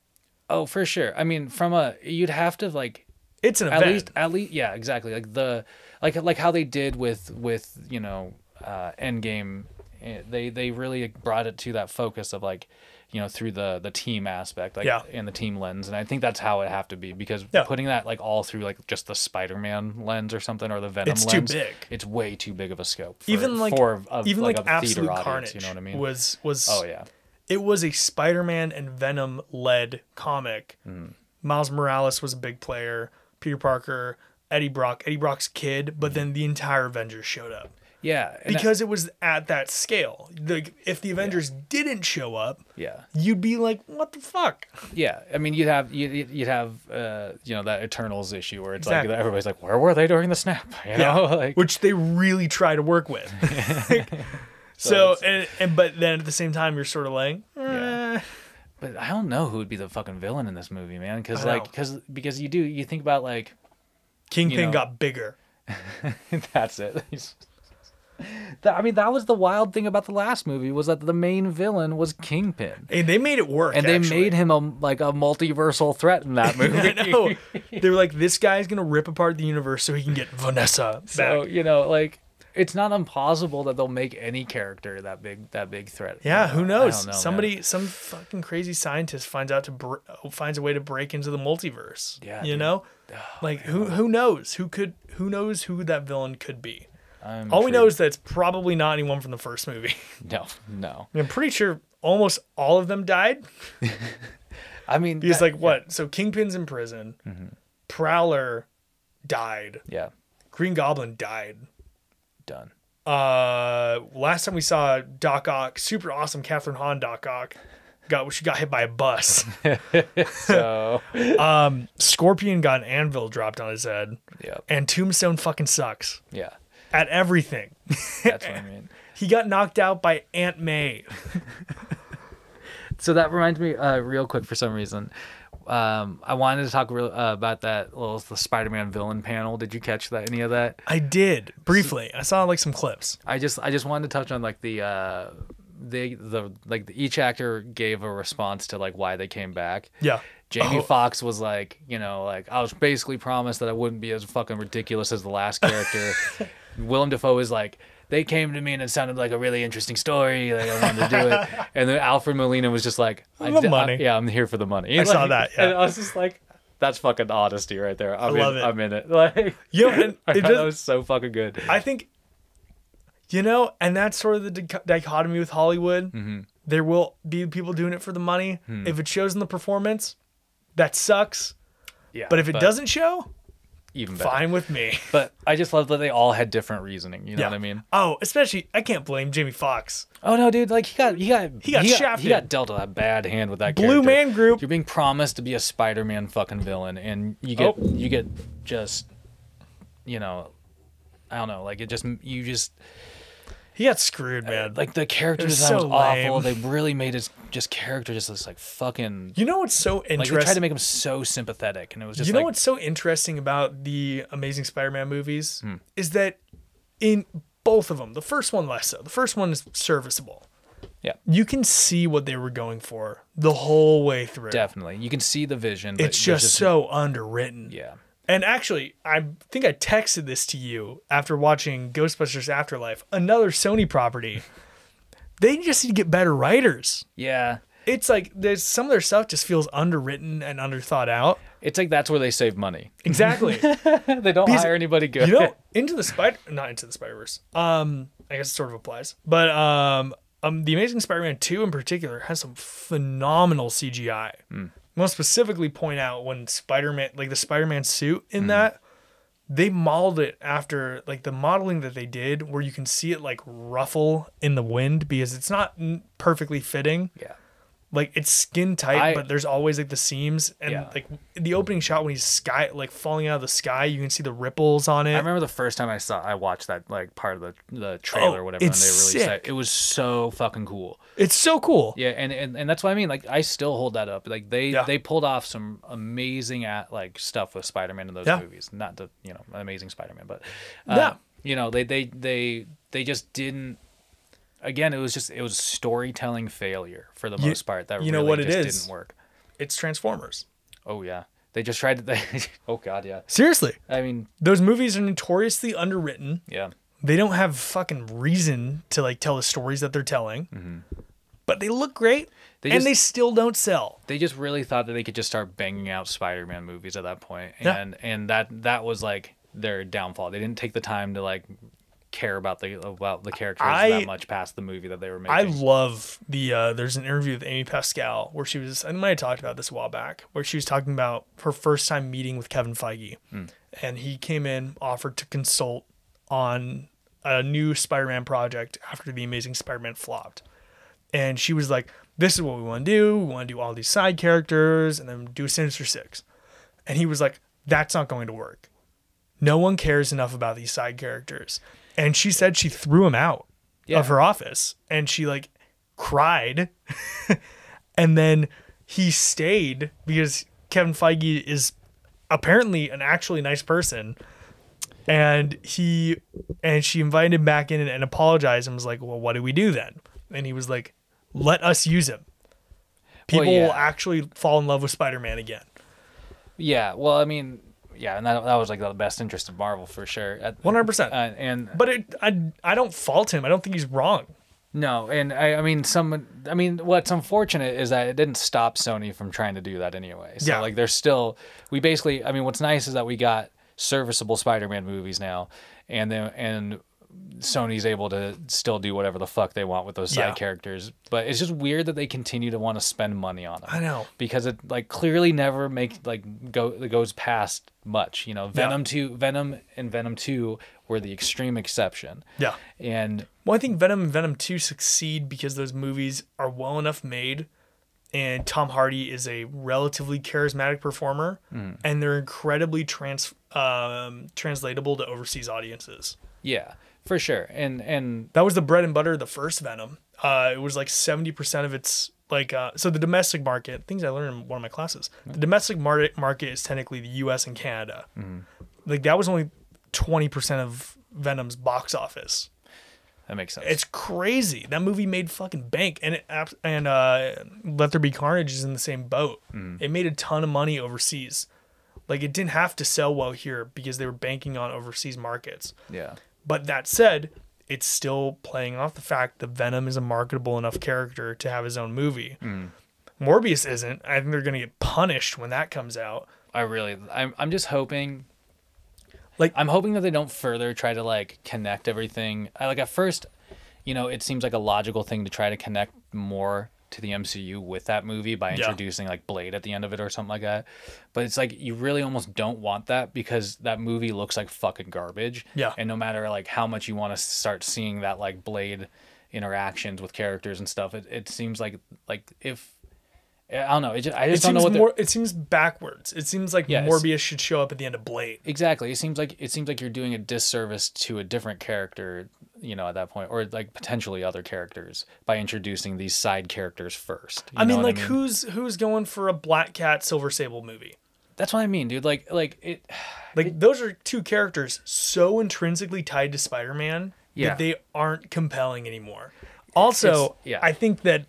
S3: Oh, for sure. I mean, from a you'd have to like
S2: It's an
S3: at
S2: event.
S3: least at least yeah exactly like the like like how they did with with you know uh endgame eh, they they really brought it to that focus of like you know through the the team aspect like
S2: Yeah.
S3: and the team lens and i think that's how it have to be because
S2: Yeah.
S3: putting that like all through like just the spider-man lens or something or the venom
S2: It's too
S3: lens
S2: big.
S3: it's way too big of a scope for,
S2: even like
S3: for a,
S2: even like,
S3: like, a
S2: absolute
S3: theater
S2: carnage
S3: audience you know what i mean
S2: was was
S3: oh yeah
S2: it was a Spider-Man and Venom led comic.
S3: Hmm.
S2: Miles Morales was a big player, Peter Parker, Eddie Brock, Eddie Brock's kid, but then the entire Avengers showed up
S3: yeah Hmm. and that-
S2: because it was at that scale. The, if the Avengers didn't show up,
S3: yeah
S2: you'd be like, "What the fuck?"
S3: Yeah, I mean, you'd have you'd, you'd have uh, you know that Eternals issue where it's
S2: Exactly.
S3: like everybody's like, where were they during the snap? You know, like
S2: Which they really try to work with. so, and, and but then at the same time, you're sort of like, "Hmm,
S3: Yeah. But I don't know who would be the fucking villain in this movie, man. Because
S2: I
S3: like,
S2: know.
S3: because because you do you think about like,
S2: Kingpin
S3: know.
S2: got bigger.
S3: That's it. He's- That- I mean, that was the wild thing about the last movie was that the main villain was Kingpin,
S2: And they made it work.
S3: and they
S2: actually.
S3: made him a like a multiversal threat in that movie.
S2: I know. they were like, this guy's gonna rip apart the universe so he can get Vanessa back.
S3: So you know, like it's not impossible that they'll make any character that big that big threat.
S2: yeah, who
S3: I
S2: knows?
S3: don't know, man.
S2: Somebody, some fucking crazy scientist finds out to br- oh, finds a way to break into the multiverse.
S3: Yeah,
S2: you
S3: dude.
S2: know, like who who knows who could who knows who that villain could be.
S3: I'm
S2: All we know
S3: sure-
S2: is that it's probably not anyone from the first movie.
S3: no, no.
S2: I'm pretty sure almost all of them died.
S3: I mean,
S2: He's
S3: that-
S2: like, what? So Kingpin's in prison.
S3: Mm-hmm.
S2: Prowler died.
S3: yeah,
S2: Green Goblin died.
S3: done.
S2: Uh, last time we saw Doc Ock, super awesome Catherine Hahn Doc Ock, got she got hit by a bus. um,
S3: So
S2: Scorpion got an anvil dropped on his head,
S3: yeah,
S2: and Tombstone fucking sucks
S3: yeah.
S2: at everything.
S3: That's what I mean.
S2: He got knocked out by Aunt May.
S3: So that reminds me, uh, real quick, for some reason, um, I wanted to talk real, uh, about that little the Spider-Man villain panel. Did you catch that? Any of that?
S2: I did briefly. I saw like some clips.
S3: I just, I just wanted to touch on like the, uh, they, the like each actor gave a response to like why they came back.
S2: Yeah.
S3: Jamie
S2: Oh.
S3: Fox was like, you know, like I was basically promised that I wouldn't be as fucking ridiculous as the last character. Willem Dafoe is like, they came to me and it sounded like a really interesting story. Like I wanted to do it. And then Alfred Molina was just like, I
S2: The
S3: d- I-
S2: money.
S3: yeah, I'm here for the money.
S2: I saw
S3: Like,
S2: that, yeah.
S3: And I was just like, that's fucking honesty right there. I'm
S2: love
S3: in,
S2: it.
S3: I'm in it. Like,
S2: Yeah, and
S3: I
S2: it
S3: thought that
S2: does-
S3: was so fucking good.
S2: I think, you know, and that's sort of the dic- dichotomy with Hollywood.
S3: Mm-hmm.
S2: There will be people doing it for the money.
S3: Hmm.
S2: If it shows in the performance, that sucks.
S3: yeah,
S2: But if it doesn't show,
S3: even better.
S2: fine with me.
S3: But I just love that they all had different reasoning. You know what I mean?
S2: Oh, especially I can't blame Jamie Fox.
S3: Oh no, dude! Like he got he got
S2: He got
S3: he got,
S2: shafted.
S3: he got dealt a bad hand with that
S2: Blue
S3: character.
S2: Man Group.
S3: You're being promised to be a Spider-Man fucking villain, and you get
S2: Oh.
S3: you get just you know, I don't know, like it just you just
S2: He got screwed, man.
S3: Uh, like the character
S2: It was
S3: design was
S2: so
S3: awful.
S2: lame.
S3: They really made his just character just this like fucking
S2: you know what's so
S3: like
S2: interesting?
S3: they tried to make him so sympathetic, and it was just
S2: you know
S3: like,
S2: what's so interesting about the Amazing Spider-Man movies
S3: Hmm.
S2: is that in both of them, the first one less so. The first one is serviceable.
S3: Yeah.
S2: You can see what they were going for the whole way through.
S3: definitely you can see the vision. But
S2: It's
S3: there's
S2: just, so underwritten.
S3: yeah.
S2: And actually, I think I texted this to you after watching Ghostbusters Afterlife, another Sony property. they just need to get better writers.
S3: Yeah,
S2: It's like there's some of their stuff just feels underwritten and underthought out.
S3: it's like that's where they save money.
S2: Exactly.
S3: they don't
S2: Because-
S3: hire anybody good.
S2: you know, into the spider, not into the Spider Verse. Um, I guess it sort of applies, but um, um, the Amazing Spider-Man two in particular has some phenomenal CGI.
S3: Hmm.
S2: Most specifically, point out when Spider-Man, like the Spider-Man suit in
S3: Hmm.
S2: that, they modeled it after like the modeling that they did, where you can see it like ruffle in the wind because it's not n- perfectly fitting.
S3: yeah.
S2: Like it's skin tight,
S3: I-
S2: but there's always like the seams and
S3: Yeah.
S2: like the opening shot when he's sky like falling out of the sky, you can see the ripples on
S3: I
S2: it.
S3: remember the first time I saw I watched that like part of the the trailer
S2: Oh,
S3: or whatever and
S2: it's
S3: they released
S2: sick.
S3: that. It was so fucking cool.
S2: It's so cool.
S3: Yeah, and, and and that's what I mean. Like I still hold that up. Like they
S2: Yeah.
S3: they pulled off some amazing at like stuff with Spider Man in those
S2: Yeah.
S3: movies. Not the you know amazing Spider Man, but uh,
S2: No.
S3: you know they they they they just didn't. Again, it was just it was storytelling failure for the
S2: You-
S3: most part. That
S2: you know
S3: really
S2: what it
S3: just
S2: is?
S3: didn't work.
S2: It's Transformers.
S3: Oh yeah, they just tried to. They, oh god, yeah.
S2: Seriously,
S3: I mean,
S2: those movies are notoriously underwritten.
S3: yeah.
S2: They don't have fucking reason to like tell the stories that they're telling. But they look great,
S3: Mm-hmm. They
S2: and
S3: just-
S2: they still don't sell.
S3: they just really thought that they could just start banging out Spider-Man movies at that point,
S2: Yeah.
S3: and and that that was like their downfall. They didn't take the time to like care about the about the characters
S2: I-
S3: that much past the movie that they were making.
S2: I love the uh, there's an interview with Amy Pascal where she was I might have talked about this a while back where she was talking about her first time meeting with Kevin Feige, and he came in offered to consult on a new Spider-Man project after the Amazing Spider-Man flopped, and she was like, "This is what we want to do. We want to do all these side characters and then do Sinister Six. and he was like, "That's not going to work. No one cares enough about these side characters." And she said she threw him out
S3: Yeah.
S2: of her office and she like cried and then he stayed because Kevin Feige is apparently an actually nice person. And he and she invited him back in and, and apologized and was like, Well, what do we do then? And he was like, Let us use him.
S3: Well,
S2: People
S3: yeah.
S2: will actually fall in love with Spider Man again.
S3: Yeah. Well, I mean, yeah, and that, that was like the best interest of Marvel for sure. At-
S2: 100%.
S3: Uh, and
S2: But it, I, I don't fault him. I don't think he's wrong.
S3: no, and I, I mean, some, I mean, what's unfortunate is that it didn't stop Sony from trying to do that anyway. So
S2: Yeah.
S3: like, they're still, we basically, I mean, what's nice is that we got serviceable Spider-Man movies now, and then and Sony's able to still do whatever the fuck they want with those side
S2: Yeah.
S3: characters. But it's just weird that they continue to want to spend money on them.
S2: I know.
S3: because it like clearly never make like go it goes past much. You know, Venom two, Venom and Venom two were the extreme exception.
S2: Yeah.
S3: and
S2: Well, I think Venom and Venom 2 succeed because those movies are well enough made and Tom Hardy is a relatively charismatic performer and they're incredibly trans um, translatable to overseas audiences.
S3: yeah, for sure. And and
S2: That was the bread and butter of the first Venom. Uh, it was like 70% of its like uh, so the domestic market, things I learned in one of my classes. The domestic mar- market is technically the US and Canada. Like that was only 20% of Venom's box office.
S3: that makes sense.
S2: It's crazy. That movie made fucking bank, and it, abs- and uh, Let There Be Carnage is in the same boat. It made a ton of money overseas. Like it didn't have to sell well here because they were banking on overseas markets.
S3: yeah.
S2: But that said, it's still playing off the fact that Venom is a marketable enough character to have his own movie. Morbius isn't. I think they're gonna get punished when that comes out.
S3: I really, I'm, I'm just hoping,
S2: Like-
S3: I'm hoping that they don't further try to like connect everything. I, like at first, you know, it seems like a logical thing to try to connect more to the MCU with that movie by
S2: Yeah.
S3: introducing like Blade at the end of it or something like that. But it's like you really almost don't want that because that movie looks like fucking garbage.
S2: Yeah.
S3: And no matter like how much you want to start seeing that like Blade interactions with characters and stuff, it, it seems like like if I don't know, it just, I
S2: It
S3: just don't know
S2: seems
S3: what they're-
S2: more. It seems backwards. It seems like
S3: Yeah, it's-
S2: Morbius should show up at the end of Blade.
S3: Exactly. It seems like it seems like you're doing a disservice to a different character, you know, at that point, or like potentially other characters by introducing these side characters first. You
S2: I
S3: know
S2: mean,
S3: what
S2: like who's who's going for a Black Cat Silver Sable movie?
S3: That's what I mean, dude. Like, like it.
S2: Like those are two characters so intrinsically tied to Spider-Man
S3: Yeah.
S2: that they aren't compelling anymore. Also,
S3: It's- yeah.
S2: I think that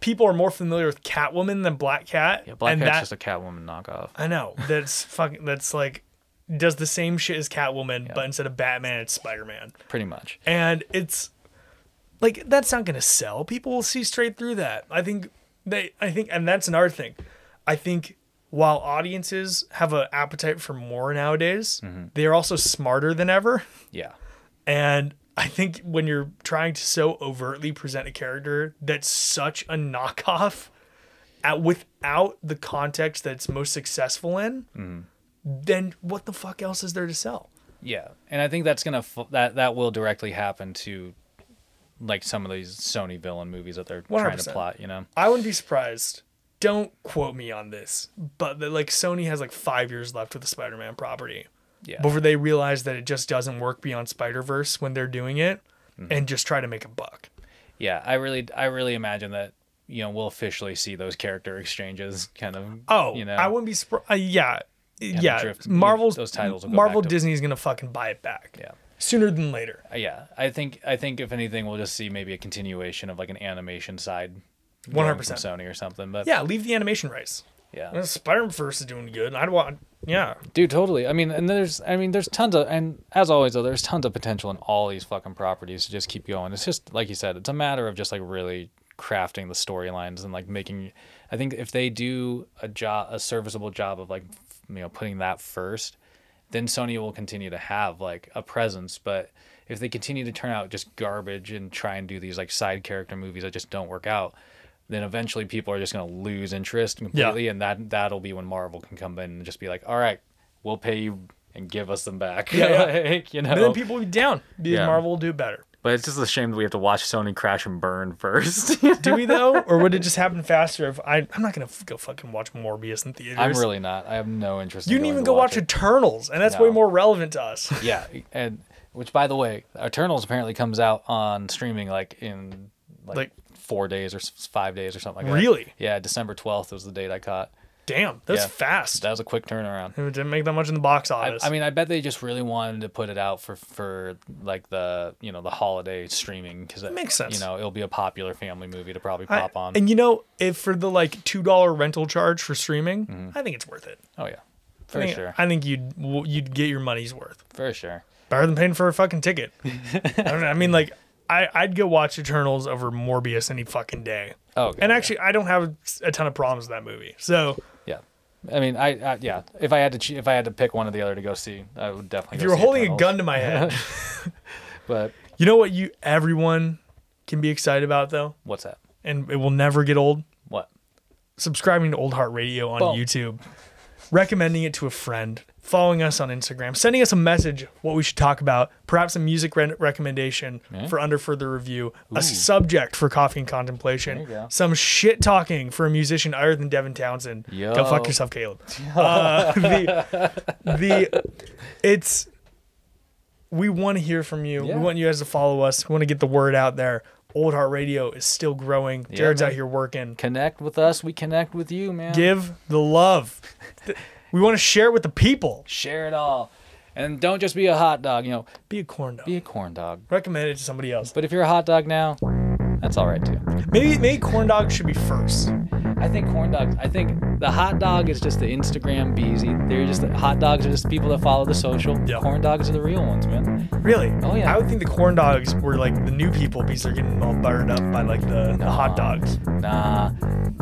S2: people are more familiar with Catwoman than Black Cat,
S3: Yeah, Black
S2: and
S3: Cat's
S2: that
S3: just a Catwoman knockoff.
S2: I know that's fucking that's like does the same shit as Catwoman, but instead of Batman, it's Spider-Man,
S3: Pretty much.
S2: and it's like that's not gonna sell. People will see straight through that. I think they. I think, and that's another thing. I think while audiences have an appetite for more nowadays, they are also smarter than ever.
S3: Yeah.
S2: And I think when you're trying to so overtly present a character that's such a knockoff at, without the context that it's most successful in, then what the fuck else is there to sell?
S3: Yeah, and I think that's gonna fu- that that will directly happen to, like some of these Sony villain movies that they're trying to
S2: 100%.
S3: plot. You know.
S2: I wouldn't be surprised. Don't quote me on this, but that, like Sony has like five years left with the Spider Man property
S3: Yeah.
S2: before they realize that it just doesn't work beyond Spider Verse when they're doing it
S3: Mm-hmm.
S2: and just try to make a buck.
S3: Yeah. I really I really imagine that you know we'll officially see those character exchanges kind of.
S2: Oh,
S3: You know.
S2: I wouldn't be surprised. Uh, yeah, yeah.
S3: drift-
S2: Marvel's
S3: those titles will go
S2: Marvel
S3: back to-
S2: Disney's gonna fucking buy it back.
S3: Yeah.
S2: sooner than later.
S3: Uh, yeah i think i think if anything we'll just see maybe a continuation of like an animation side going from
S2: 100%.
S3: sony or something but
S2: Yeah, leave the animation rights.
S3: yeah
S2: Uh, Spider-Man First is doing good. I'd want. Yeah,
S3: dude totally i mean and there's i mean there's tons of and as always though there's tons of potential in all these fucking properties to just keep going it's just like you said it's a matter of just like really crafting the storylines and like making i think if they do a job a serviceable job of like f- you know putting that first then sony will continue to have like a presence but if they continue to turn out just garbage and try and do these like side character movies that just don't work out then eventually people are just going to lose interest completely and that that'll be when marvel can come in and just be like all right we'll pay you and give us them back Like, you know
S2: and then people will be down because
S3: Yeah.
S2: Marvel will do better.
S3: but it's just a shame that we have to watch sony crash and burn first
S2: Do we though, or would it just happen faster? If I, I'm not gonna f- go fucking watch Morbius in theaters.
S3: i'm really not i have no interest
S2: You didn't
S3: in going
S2: even
S3: to
S2: go watch,
S3: it.
S2: Eternals, and that's
S3: No.
S2: way more relevant to us.
S3: yeah and which by the way eternals apparently comes out on streaming like in like,
S2: Like-
S3: four days or s- five days or something like that
S2: Really?
S3: yeah december 12th was the date i caught
S2: Damn, that's
S3: Yeah.
S2: fast.
S3: That was a quick turnaround.
S2: it didn't make that much in the box
S3: I,
S2: office.
S3: I mean, I bet they just really wanted to put it out for for like the you know the holiday streaming because it
S2: Makes sense.
S3: You know, it'll be a popular family movie to probably
S2: I-
S3: pop on.
S2: And you know, if for the like two dollar rental charge for streaming, I think it's worth it.
S3: oh yeah,
S2: I
S3: for
S2: think,
S3: sure,
S2: I think you'd w- you'd get your money's worth.
S3: for sure.
S2: Better than paying for a fucking ticket. I, don't know, I mean, like, I, I'd go watch Eternals over Morbius any fucking day.
S3: Oh, okay,
S2: and
S3: yeah.
S2: actually, I don't have a ton of problems with that movie. So
S3: Yeah, I mean, I, I yeah, if I had to choo- if I had to pick one or the other to go see, I would definitely.
S2: if
S3: go
S2: you were
S3: see
S2: holding
S3: Eternals.
S2: a gun to my head,
S3: but
S2: you know what? You everyone can be excited about though,
S3: what's that?
S2: and it will never get old.
S3: What?
S2: subscribing to Old Heart Radio on
S3: Well-
S2: YouTube, recommending it to a friend, following us on Instagram, sending us a message what we should talk about, perhaps a music re- recommendation for under further review, a subject for coffee and contemplation,
S3: There you go.
S2: some shit talking for a musician other than Devin Townsend. Go
S3: Yo.
S2: fuck yourself, Caleb. Uh, the, the it's we want to hear from you.
S3: Yeah.
S2: We want you guys to follow us. We want to get the word out there. Old Heart Radio is still growing. Jared's out
S3: man.
S2: here working
S3: Connect with us. We connect with you, man.
S2: give the love. Th- we want to share it with the people.
S3: share it all, and don't just be a hot dog. You know,
S2: Be a corn dog.
S3: be a corn dog.
S2: Recommend it to somebody else.
S3: But if you're a hot dog now, that's all right too.
S2: Maybe maybe corn dogs should be first.
S3: I think corn dogs. I think the hot dog is just the Instagram beezy. They're just hot dogs are just people that follow the social.
S2: Yeah.
S3: Corn dogs are the real ones, man.
S2: Really?
S3: Oh, yeah.
S2: I would think the corn dogs were like the new people because they're getting all buttered up by like the, the hot dogs.
S3: Nah,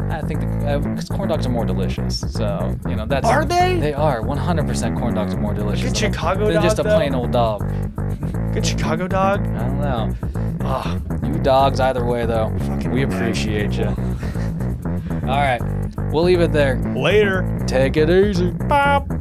S3: I think because corn dogs are more delicious. So you know that's.
S2: Are they?
S3: They are. 100% corn dogs are more delicious.
S2: at
S3: than a-
S2: Chicago
S3: than
S2: dog,
S3: just a
S2: though.
S3: plain old dog.
S2: Good Chicago dog.
S3: I don't know.
S2: Ah.
S3: You dogs, either way though, we appreciate you. All right, we'll leave it there.
S2: Later.
S3: Take it easy.
S2: Bop.